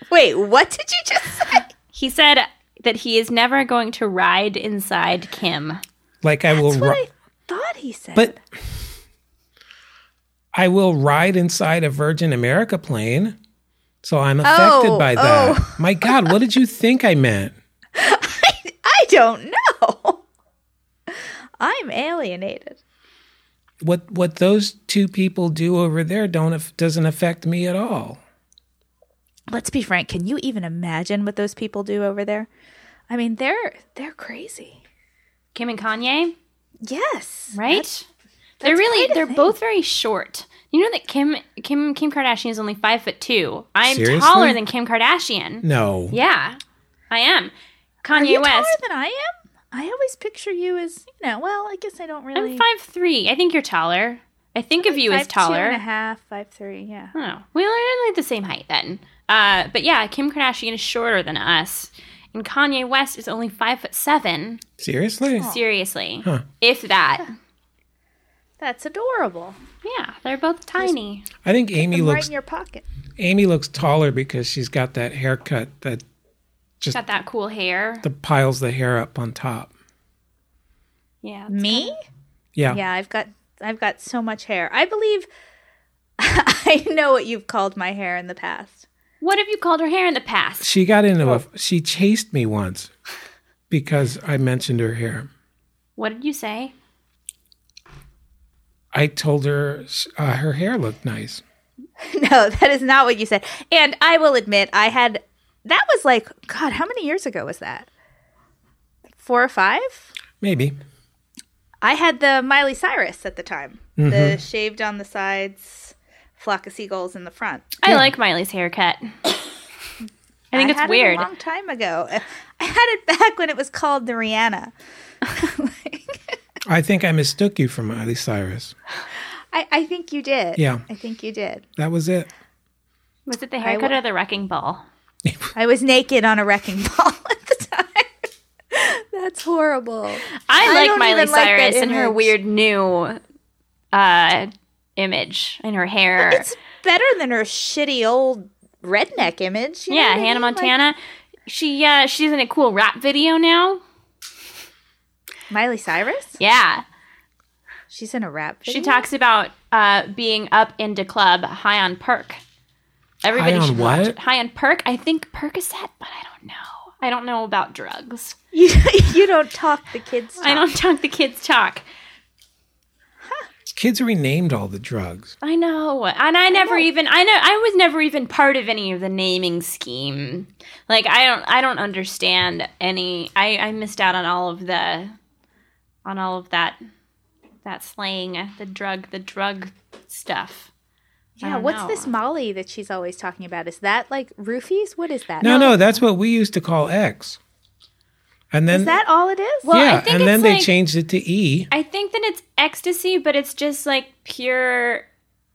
S3: Wait, what did you just say?
S1: He said that he is never going to ride inside Kim.
S2: Like I will.
S3: That's what
S2: ri-
S3: I thought he said.
S2: But I will ride inside a Virgin America plane. So I'm affected
S3: Oh,
S2: by that. My God, what did you think I meant?
S3: I don't know. I'm alienated.
S2: What what those two people do over there don't af- doesn't affect me at all.
S3: Let's be frank. Can you even imagine what those people do over there? I mean, they're they're crazy.
S1: Kim and Kanye,
S3: Yes.
S1: right? they're really
S3: quite a
S1: they're
S3: thing.
S1: both very short. You know that Kim Kim Kim Kardashian is only five foot two. I'm
S2: Seriously? Mm.
S1: taller than Kim Kardashian.
S2: No.
S1: Yeah, I am.
S3: Are
S1: Kanye
S3: you taller
S1: West.
S3: than I am? I always picture you as you know. Well, I guess I don't really.
S1: I'm five three. I think you're taller. I think of you as
S3: Five two and a
S1: taller.
S3: half, five three. Yeah.
S1: Oh, we are like the same height then. Uh, but yeah, Kim Kardashian is shorter than us, and Kanye West is only five foot seven.
S2: Seriously?
S1: Seriously,
S2: Huh.
S1: if that.
S3: That's adorable.
S1: Yeah, they're both tiny.
S2: I think Amy
S3: I'm
S2: looks
S3: right in your pocket.
S2: Amy looks taller because she's got that haircut that just
S1: Got that cool hair.
S2: the piles the hair up on top.
S1: Yeah.
S3: Me?
S2: Yeah.
S3: Yeah, I've got I've got so much hair. I believe I know what you've called my hair in the past.
S1: What have you called her hair in the past?
S2: She got
S3: Oh.
S2: into a she chased me once because I mentioned her hair.
S1: What did you say?
S2: I told her uh, her hair looked nice.
S3: No, that is not what you said. And I will admit, I had that was like God. How many years ago was that? Four or five.
S2: Maybe.
S3: I had the Miley Cyrus at the time,
S2: Mm-hmm.
S3: the shaved on the sides, flock of seagulls in the front.
S1: I like Miley's haircut. I think it's
S3: had
S1: weird.
S3: It a long time ago, Uh, I had it back when it was called the Rihanna. Like,
S2: I think I mistook you for Miley Cyrus.
S3: I, I think you did.
S2: Yeah.
S3: I think you did.
S2: That was it.
S1: Was it the haircut
S3: wa-
S1: or the wrecking ball?
S3: I was naked on a wrecking ball at the time. That's horrible.
S1: I
S3: I
S1: like
S3: don't
S1: Miley
S3: even like that
S1: Cyrus and her
S3: image.
S1: weird new uh, image and her hair.
S3: It's better than her shitty old redneck image. you know
S1: yeah,
S3: what I
S1: Hannah
S3: mean? Like,
S1: Montana. she uh, she's in a cool rap video now.
S3: Miley Cyrus?
S1: Yeah,
S3: She's in a rap.
S1: she
S3: video?
S1: talks about uh, being up into club high on perk. Everybody
S2: High on
S1: should watch
S2: what?
S1: it. High on perk. I think Percocet, but I don't know. I don't know about drugs.
S3: You, you don't talk the kids. Talk.
S1: I don't talk the kids talk.
S2: Kids renamed all the drugs.
S1: I know. And I never even I know I was never even part of any of the naming scheme. Like I don't I don't understand any I, I missed out on all of the on all of that that slang, the drug the drug stuff. I
S3: Yeah,
S1: don't
S3: what's
S1: know.
S3: this Molly that she's always talking about? Is that like roofies? What is that?
S2: No, no, that's what we used to call X. And then
S3: Is that all it is?
S1: Well, I
S2: yeah,
S1: think
S2: and then
S1: it's
S2: they
S1: like-
S2: changed it to E.
S1: I think that it's ecstasy, but it's just like pure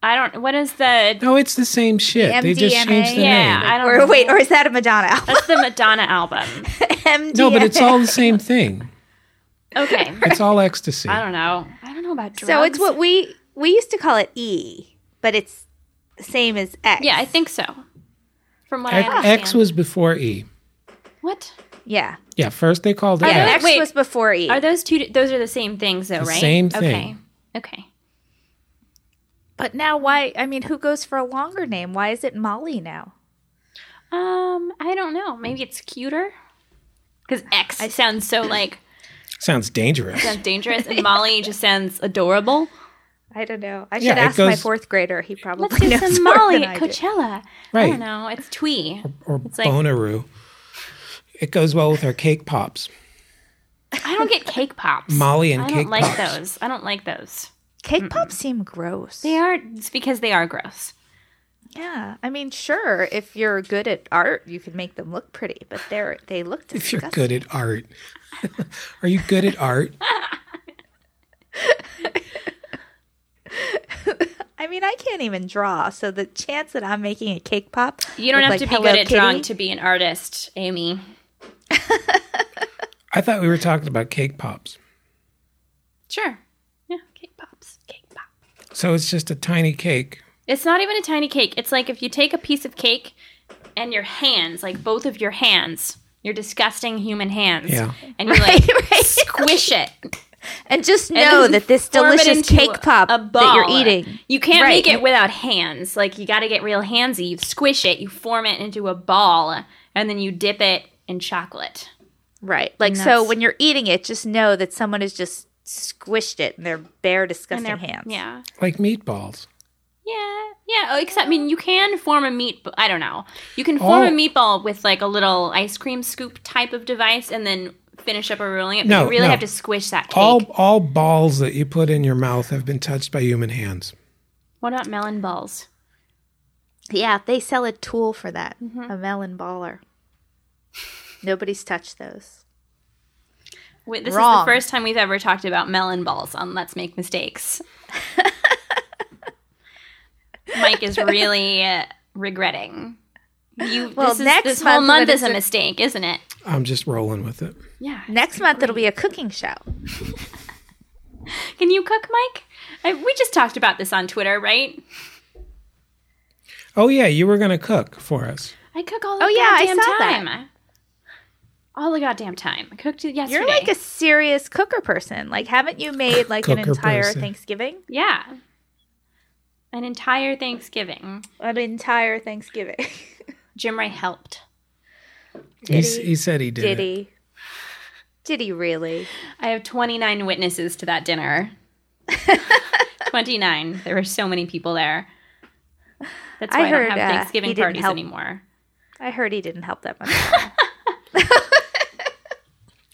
S1: I don't what is the
S2: No, it's the same shit. they just
S3: MDMA.
S2: changed the
S1: Yeah,
S2: name.
S1: I don't
S3: or
S1: know.
S3: wait, or is that a Madonna album?
S1: That's the Madonna album.
S3: MDMA.
S2: No, but it's all the same thing.
S1: Okay.
S2: It's all ecstasy.
S1: I don't know. I don't know about drugs.
S3: So it's what we we used to call it E, but it's the same as X.
S1: Yeah, I think so. From what I
S2: X,
S1: understand.
S2: X was before E.
S1: What?
S3: yeah.
S2: Yeah, first they called it
S1: Yeah.
S3: X
S2: X.
S1: Wait.
S3: was before E.
S1: Are those two? Those are the same things, though,
S2: The
S1: right?
S2: same
S1: Okay.
S2: thing.
S1: Okay.
S3: but now why? I mean, who goes for a longer name? Why is it Molly now?
S1: Um, I don't know. Maybe it's cuter because X sounds so like
S2: Sounds dangerous.
S1: sounds dangerous, and Molly just sounds adorable.
S3: I don't know. I should
S2: Yeah, it
S3: ask my
S2: goes-
S3: fourth grader. He probably
S1: Let's do
S3: knows
S1: some
S3: more
S1: Molly
S3: than
S1: at
S3: I do.
S1: Coachella. I
S2: Right.
S1: don't know. It's twee.
S2: Or
S1: like-
S2: Bonnaroo. It goes well with our cake pops.
S1: I don't get cake pops.
S2: Molly and
S1: I
S2: cake
S1: don't like
S2: pops.
S1: those. I don't like those.
S3: Cake pops seem gross.
S1: They are it's because they are gross.
S3: Yeah, I mean, sure, if you're good at art, you can make them look pretty, but they're they look
S2: If
S3: disgusting.
S2: you're good at art, are you good at art?
S3: I mean, I can't even draw, so the chance that I'm making a cake pop,
S1: You don't
S3: with,
S1: have
S3: like,
S1: to be
S3: Hello
S1: good at drawing
S3: Kitty-
S1: to be an artist, Amy.
S2: I thought we were talking about cake pops.
S1: Sure. Yeah, cake pops. Cake pop.
S2: So it's just a tiny cake.
S1: It's not even a tiny cake. It's like if you take a piece of cake and your hands, like both of your hands, your disgusting human hands,
S2: Yeah.
S1: and you like
S3: Right, right.
S1: squish it.
S3: and just
S1: and
S3: know
S1: then
S3: that this
S1: form it
S3: delicious
S1: into
S3: cake pop
S1: a
S3: that you're
S1: ball.
S3: eating,
S1: You can't
S3: Right.
S1: make it without hands. Like you got to get real handsy. You squish it, you form it into a ball, and then you dip it in chocolate.
S3: right? Like, so
S1: that's-
S3: when you're eating it, just know that someone has just squished it in their bare, disgusting
S1: And they're-
S3: hands.
S1: Yeah.
S2: Like meatballs.
S1: Yeah, yeah. Oh, except, I mean, you can form a meat. I don't know. You can form
S2: Oh.
S1: a meatball with like a little ice cream scoop type of device, and then finish up a rolling it. But
S2: No,
S1: you really
S2: no.
S1: have to squish that cake.
S2: All all balls that you put in your mouth have been touched by human hands.
S1: What about melon balls?
S3: Yeah, they sell a tool for that,
S1: Mm-hmm.
S3: a melon baller. Nobody's touched those.
S1: Wait, this is
S3: Wrong.
S1: the first time we've ever talked about melon balls on Let's Make Mistakes. Mike is really uh, regretting. You,
S3: Well,
S1: this, is,
S3: next
S1: this whole
S3: month
S1: month
S3: when
S1: is
S3: it's
S1: a
S3: a-
S1: mistake, isn't it?
S2: I'm just rolling with it.
S1: Yeah.
S3: Next month it'll be a cooking show.
S1: Can you cook, Mike? I, we just talked about this on Twitter, right?
S2: Oh yeah, you were gonna cook for us.
S1: I cook all the
S3: Oh, yeah, I
S1: goddamn
S3: saw that.
S1: time. All the goddamn time. I cooked it yesterday.
S3: You're like a serious cooker person. Like, haven't you made like an
S2: Cooker
S3: entire
S2: person.
S3: Thanksgiving?
S1: yeah. An entire Thanksgiving.
S3: An entire Thanksgiving.
S1: Jim Ray helped.
S2: He, s-
S3: Did he?
S2: he said he did.
S3: Did
S2: It.
S3: he? Did he really?
S1: I have 29 witnesses to that dinner. 29. There were so many people there. That's
S3: I
S1: why I,
S3: heard,
S1: don't
S3: uh,
S1: have
S3: he
S1: Thanksgiving
S3: didn't
S1: parties
S3: help.
S1: anymore.
S3: I heard he didn't help that much.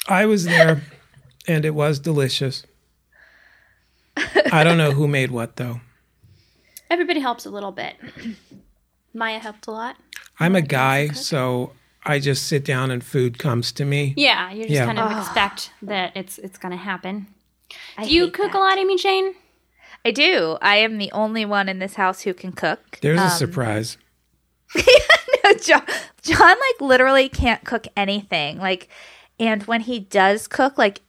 S2: I was there, and it was delicious. I don't know who made what though.
S1: Everybody helps a little bit. Maya helped a lot.
S2: I'm a guy, so I just sit down and food comes to me.
S1: Yeah, you just
S2: Yeah.
S1: kind of expect that it's it's going to happen.
S3: I
S1: Do you
S3: hate
S1: cook
S3: that.
S1: a lot, Amy Jane?
S3: I do. I am the only one in this house who can cook.
S2: There's a surprise.
S3: No, John, John like literally can't cook anything. Like, and when he does cook, like,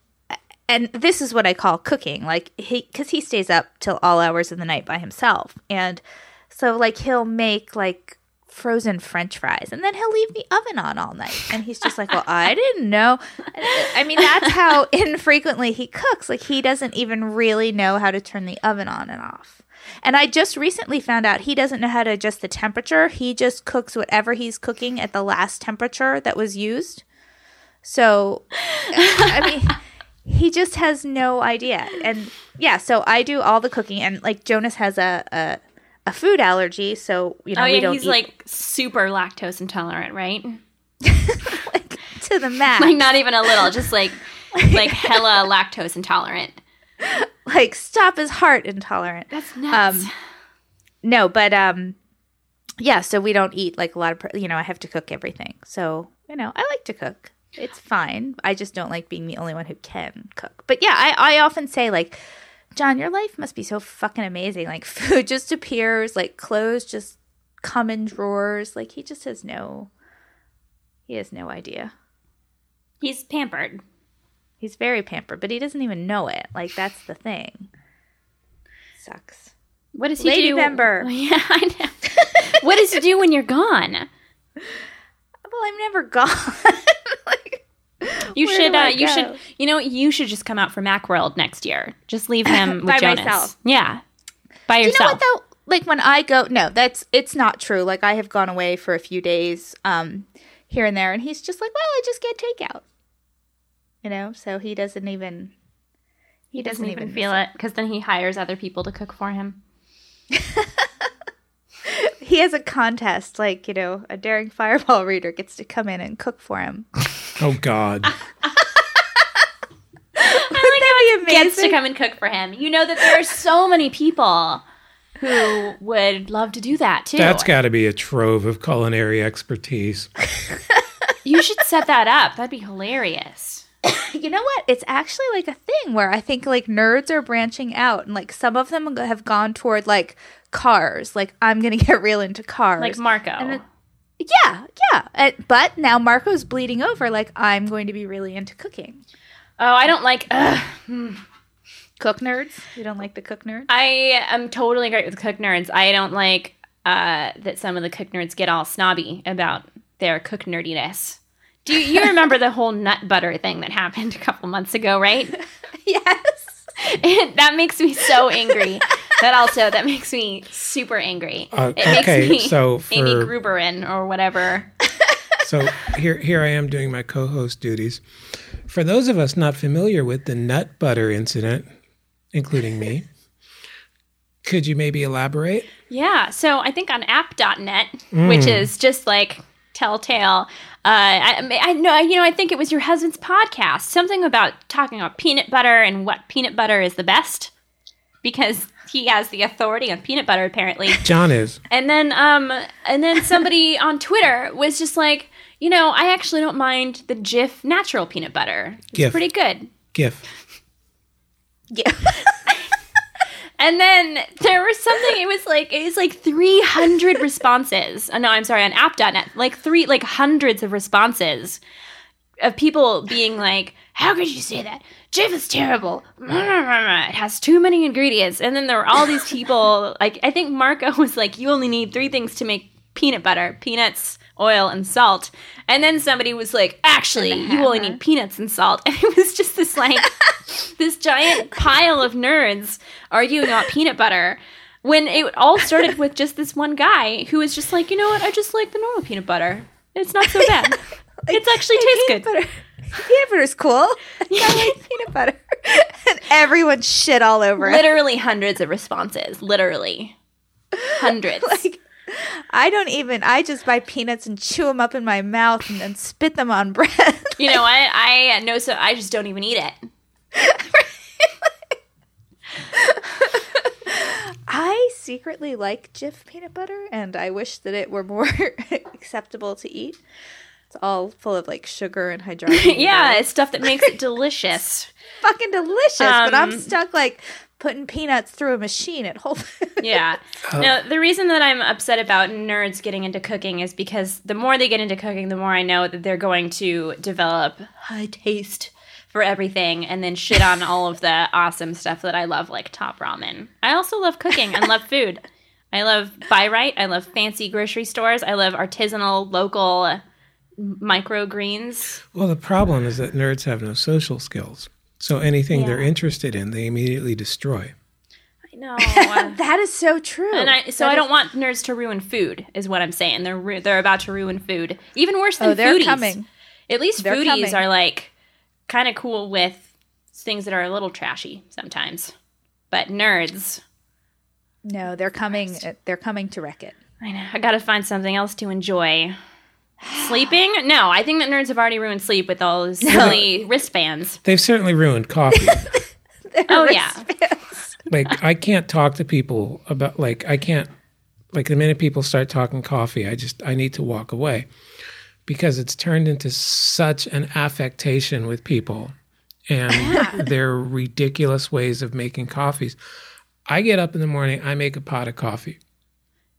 S3: and this is what I call cooking. Like he, because he stays up till all hours of the night by himself, and so like he'll make like frozen French fries, and then he'll leave the oven on all night, and he's just like, "Well, I didn't know." uh, I mean, that's how infrequently he cooks. Like he doesn't even really know how to turn the oven on and off. And I just recently found out he doesn't know how to adjust the temperature. He just cooks whatever he's cooking at the last temperature that was used. So, I mean, he just has no idea. And yeah, so I do all the cooking, and like Jonas has a a, a food allergy, so you know
S1: Oh
S3: we
S1: yeah,
S3: don't
S1: he's
S3: eat Mm-hmm.
S1: like super lactose intolerant, right?
S3: like, to the max,
S1: Like not even a little, just like like hella lactose intolerant.
S3: like stop his heart intolerant.
S1: That's nuts.
S3: Um, No, but um, yeah. So we don't eat like a lot of. pr- You know, I have to cook everything. So you know, I like to cook. It's fine. I just don't like being the only one who can cook. But yeah, I I often say like, John, your life must be so fucking amazing. Like food just appears. Like clothes just come in drawers. Like he just has no. He has no idea.
S1: he's pampered.
S3: He's very pampered, but he doesn't even know it. Like that's the thing. Sucks.
S1: What does he
S3: Lady
S1: do?
S3: member.
S1: Oh, yeah, I know. what does he do when you're gone?
S3: Well, I'm never gone. like,
S1: You
S3: Where
S1: should.
S3: do I
S1: uh, You
S3: go?
S1: should. You know, what? you should just come out for MacWorld next year. Just leave him with
S3: By
S1: Jonas.
S3: myself.
S1: Yeah, by
S3: you know
S1: yourself.
S3: what though? Like when I go, no, that's it's not true. Like I have gone away for a few days, um, here and there, and he's just like, well, I just get takeout. You know, so he doesn't even.
S1: he doesn't,
S3: doesn't
S1: even,
S3: even
S1: feel it because then he hires other people to cook for him.
S3: He has a contest, like you know, a daring fireball reader gets to come in and cook for him.
S2: Oh God.
S1: gets to
S3: amazing?
S1: come and cook for him. You know that there are so many people who would love to do that too.
S2: That's got to be a trove of culinary expertise.
S1: you should set that up. That'd be hilarious.
S3: You know what? It's actually like a thing where I think like nerds are branching out, and like some of them have gone toward like cars. Like I'm gonna get real into cars,
S1: Like Marco.
S3: And it- yeah, yeah. Uh, but now Marco's bleeding over. Like I'm going to be really into cooking.
S1: oh, I don't like. Ugh,
S3: Cook nerds. You don't like the cook nerd?
S1: I am totally great with cook nerds. I don't like uh, that some of the cook nerds get all snobby about their cook nerdiness. Do you, you remember the whole nut butter thing that happened a couple months ago, right?
S3: yes.
S1: that makes me so angry. That also that makes me super angry.
S2: Uh,
S1: it makes
S2: okay,
S1: me
S2: so
S1: Amy
S2: for-
S1: Gruberin or whatever.
S2: So here, here I am doing my co-host duties. For those of us not familiar with the nut butter incident, including me, could you maybe elaborate?
S1: Yeah. So I think on app.net, which
S2: Mm.
S1: is just like telltale. Uh, I, I know, you know, I think it was your husband's podcast, something about talking about peanut butter and what peanut butter is the best because he has the authority on peanut butter apparently.
S2: John is.
S1: And then um and then somebody on Twitter was just like, you know, I actually don't mind the Jif natural peanut butter. It's
S2: Jif.
S1: pretty good.
S2: GIF.
S3: Yeah.
S1: And then there was something. It was like it was like three hundred responses. Oh, no, I'm sorry, on app.net, like three, like hundreds of responses of people being like, "How could you say that? Jif is terrible. It has too many ingredients." And then there were all these people. Like I think Marco was like, "You only need three things to make peanut butter: peanuts." Oil and salt, and then somebody was like, "Actually, you only need peanuts and salt." And it was just this like this giant pile of nerds arguing about peanut butter when it all started with just this one guy who was just like, you know what, I just like the normal peanut butter. It's not so bad. It's actually tastes good.
S3: peanut butter. Peanut butter's cool. I like peanut butter. and everyone shit all over it.
S1: Literally hundreds of responses. Literally. Hundreds.
S3: Like, I don't even. I just buy peanuts and chew them up in my mouth and then spit them on bread.
S1: you know what? I know so I just don't even eat it.
S3: I secretly like Jif peanut butter, and I wish that it were more acceptable to eat. It's all full of like sugar and hydrogenated.
S1: Yeah,
S3: it's
S1: it's stuff that makes it delicious.
S3: fucking delicious, but I'm
S1: Um,
S3: stuck like putting peanuts through a machine at Whole Foods.
S1: Yeah.
S3: Uh,
S1: No, the reason that I'm upset about nerds getting into cooking is because the more they get into cooking, the more I know that they're going to develop high taste for everything and then shit on all of the awesome stuff that I love, like top ramen. I also love cooking and love food. I love buy right. I love fancy grocery stores. I love artisanal, local microgreens.
S2: Well, the problem is that nerds have no social skills. So anything they're interested in, they immediately destroy.
S1: I know.
S3: that is so true.
S1: And I, so
S3: That
S1: I
S3: is-
S1: don't want nerds to ruin food, is what I'm saying. They're ru- they're about to ruin food, even worse than
S3: Oh, they're
S1: foodies.
S3: coming.
S1: At least
S3: They're
S1: foodies
S3: coming.
S1: are like kind of cool with things that are a little trashy sometimes, but nerds.
S3: No, they're coming. They're coming to wreck it.
S1: I know. I got to find something else to enjoy. Sleeping? No, I think that nerds have already ruined sleep with all those silly wristbands.
S2: They've certainly ruined coffee.
S1: Oh yeah,
S2: like I can't talk to people about like I can't like the minute people start talking coffee, I just I need to walk away because it's turned into such an affectation with people and their ridiculous ways of making coffees. I get up in the morning, I make a pot of coffee.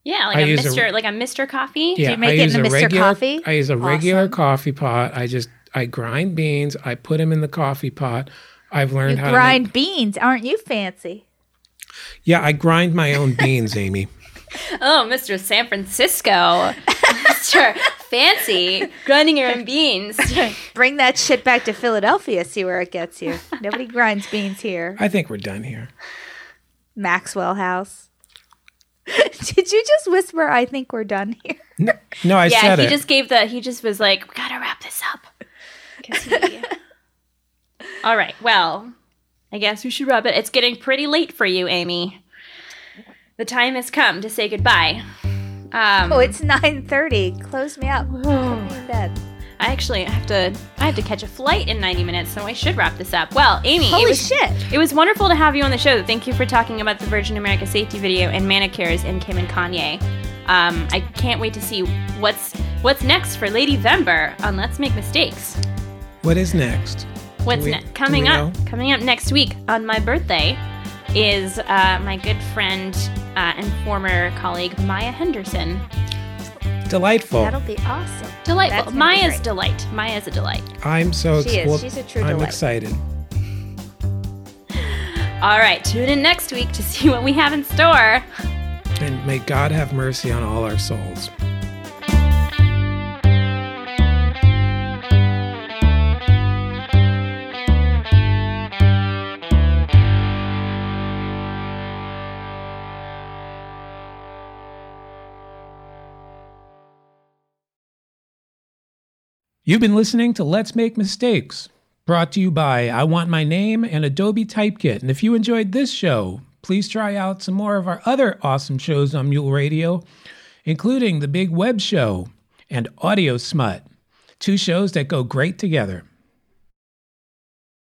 S1: yeah, like
S2: I
S1: a
S2: use a-
S1: Mr. like a Mr. Coffee.
S2: Yeah,
S3: make
S2: I
S3: it
S2: use
S3: in
S2: a
S3: the Mr.
S2: regular
S3: Coffee?
S2: I use a regular coffee pot. I just I grind beans, I put them in the coffee pot. I've learned how to
S3: Grind beans, aren't you fancy?
S2: make, Yeah, I grind my own beans, Amy.
S1: Oh, Mr. San Francisco, Mr. Fancy, grinding your own beans.
S3: Bring that shit back to Philadelphia. See where it gets you. Nobody grinds beans here.
S2: I think we're done here.
S3: Maxwell House. Did you just whisper? I think we're done here.
S2: No, no I
S1: yeah,
S2: said
S1: he
S2: it.
S1: just gave the. He just was like, "We gotta wrap this up." 'Cause he- All right. Well, I guess we should wrap it. It's getting pretty late for you, Amy. The time has come to say goodbye. Um,
S3: Oh, it's nine thirty. Close me up. Put me in bed.
S1: I actually have to I have to catch a flight in 90 minutes, so I should wrap this up. Well, Amy,
S3: Holy
S1: it was,
S3: shit.
S1: It was wonderful to have you on the show. Thank you for talking about the Virgin America safety video and manicures and Kim and Kanye. Um, I can't wait to see what's what's next for Lady Vember on Let's Make Mistakes.
S2: What is next?
S1: What's
S2: we-
S1: ne-
S2: do
S1: coming
S2: we
S1: up?
S2: know?
S1: Coming up next week on my birthday is uh, my good friend uh, and former colleague Maya Henderson.
S2: Delightful.
S3: That'll be awesome. That's
S1: Delightful.
S3: gonna be
S1: Maya's
S3: great.
S1: delight. Maya's a delight.
S2: I'm so
S3: She is.
S2: well,
S3: She's a true
S2: I'm
S3: delight.
S2: excited.
S1: All right, tune in next week to see what we have in store.
S2: And may God have mercy on all our souls. You've been listening to Let's Make Mistakes, brought to you by I Want My Name and Adobe Typekit. And if you enjoyed this show, please try out some more of our other awesome shows on Mule Radio, including The Big Web Show and Audio Smut, two shows that go great together.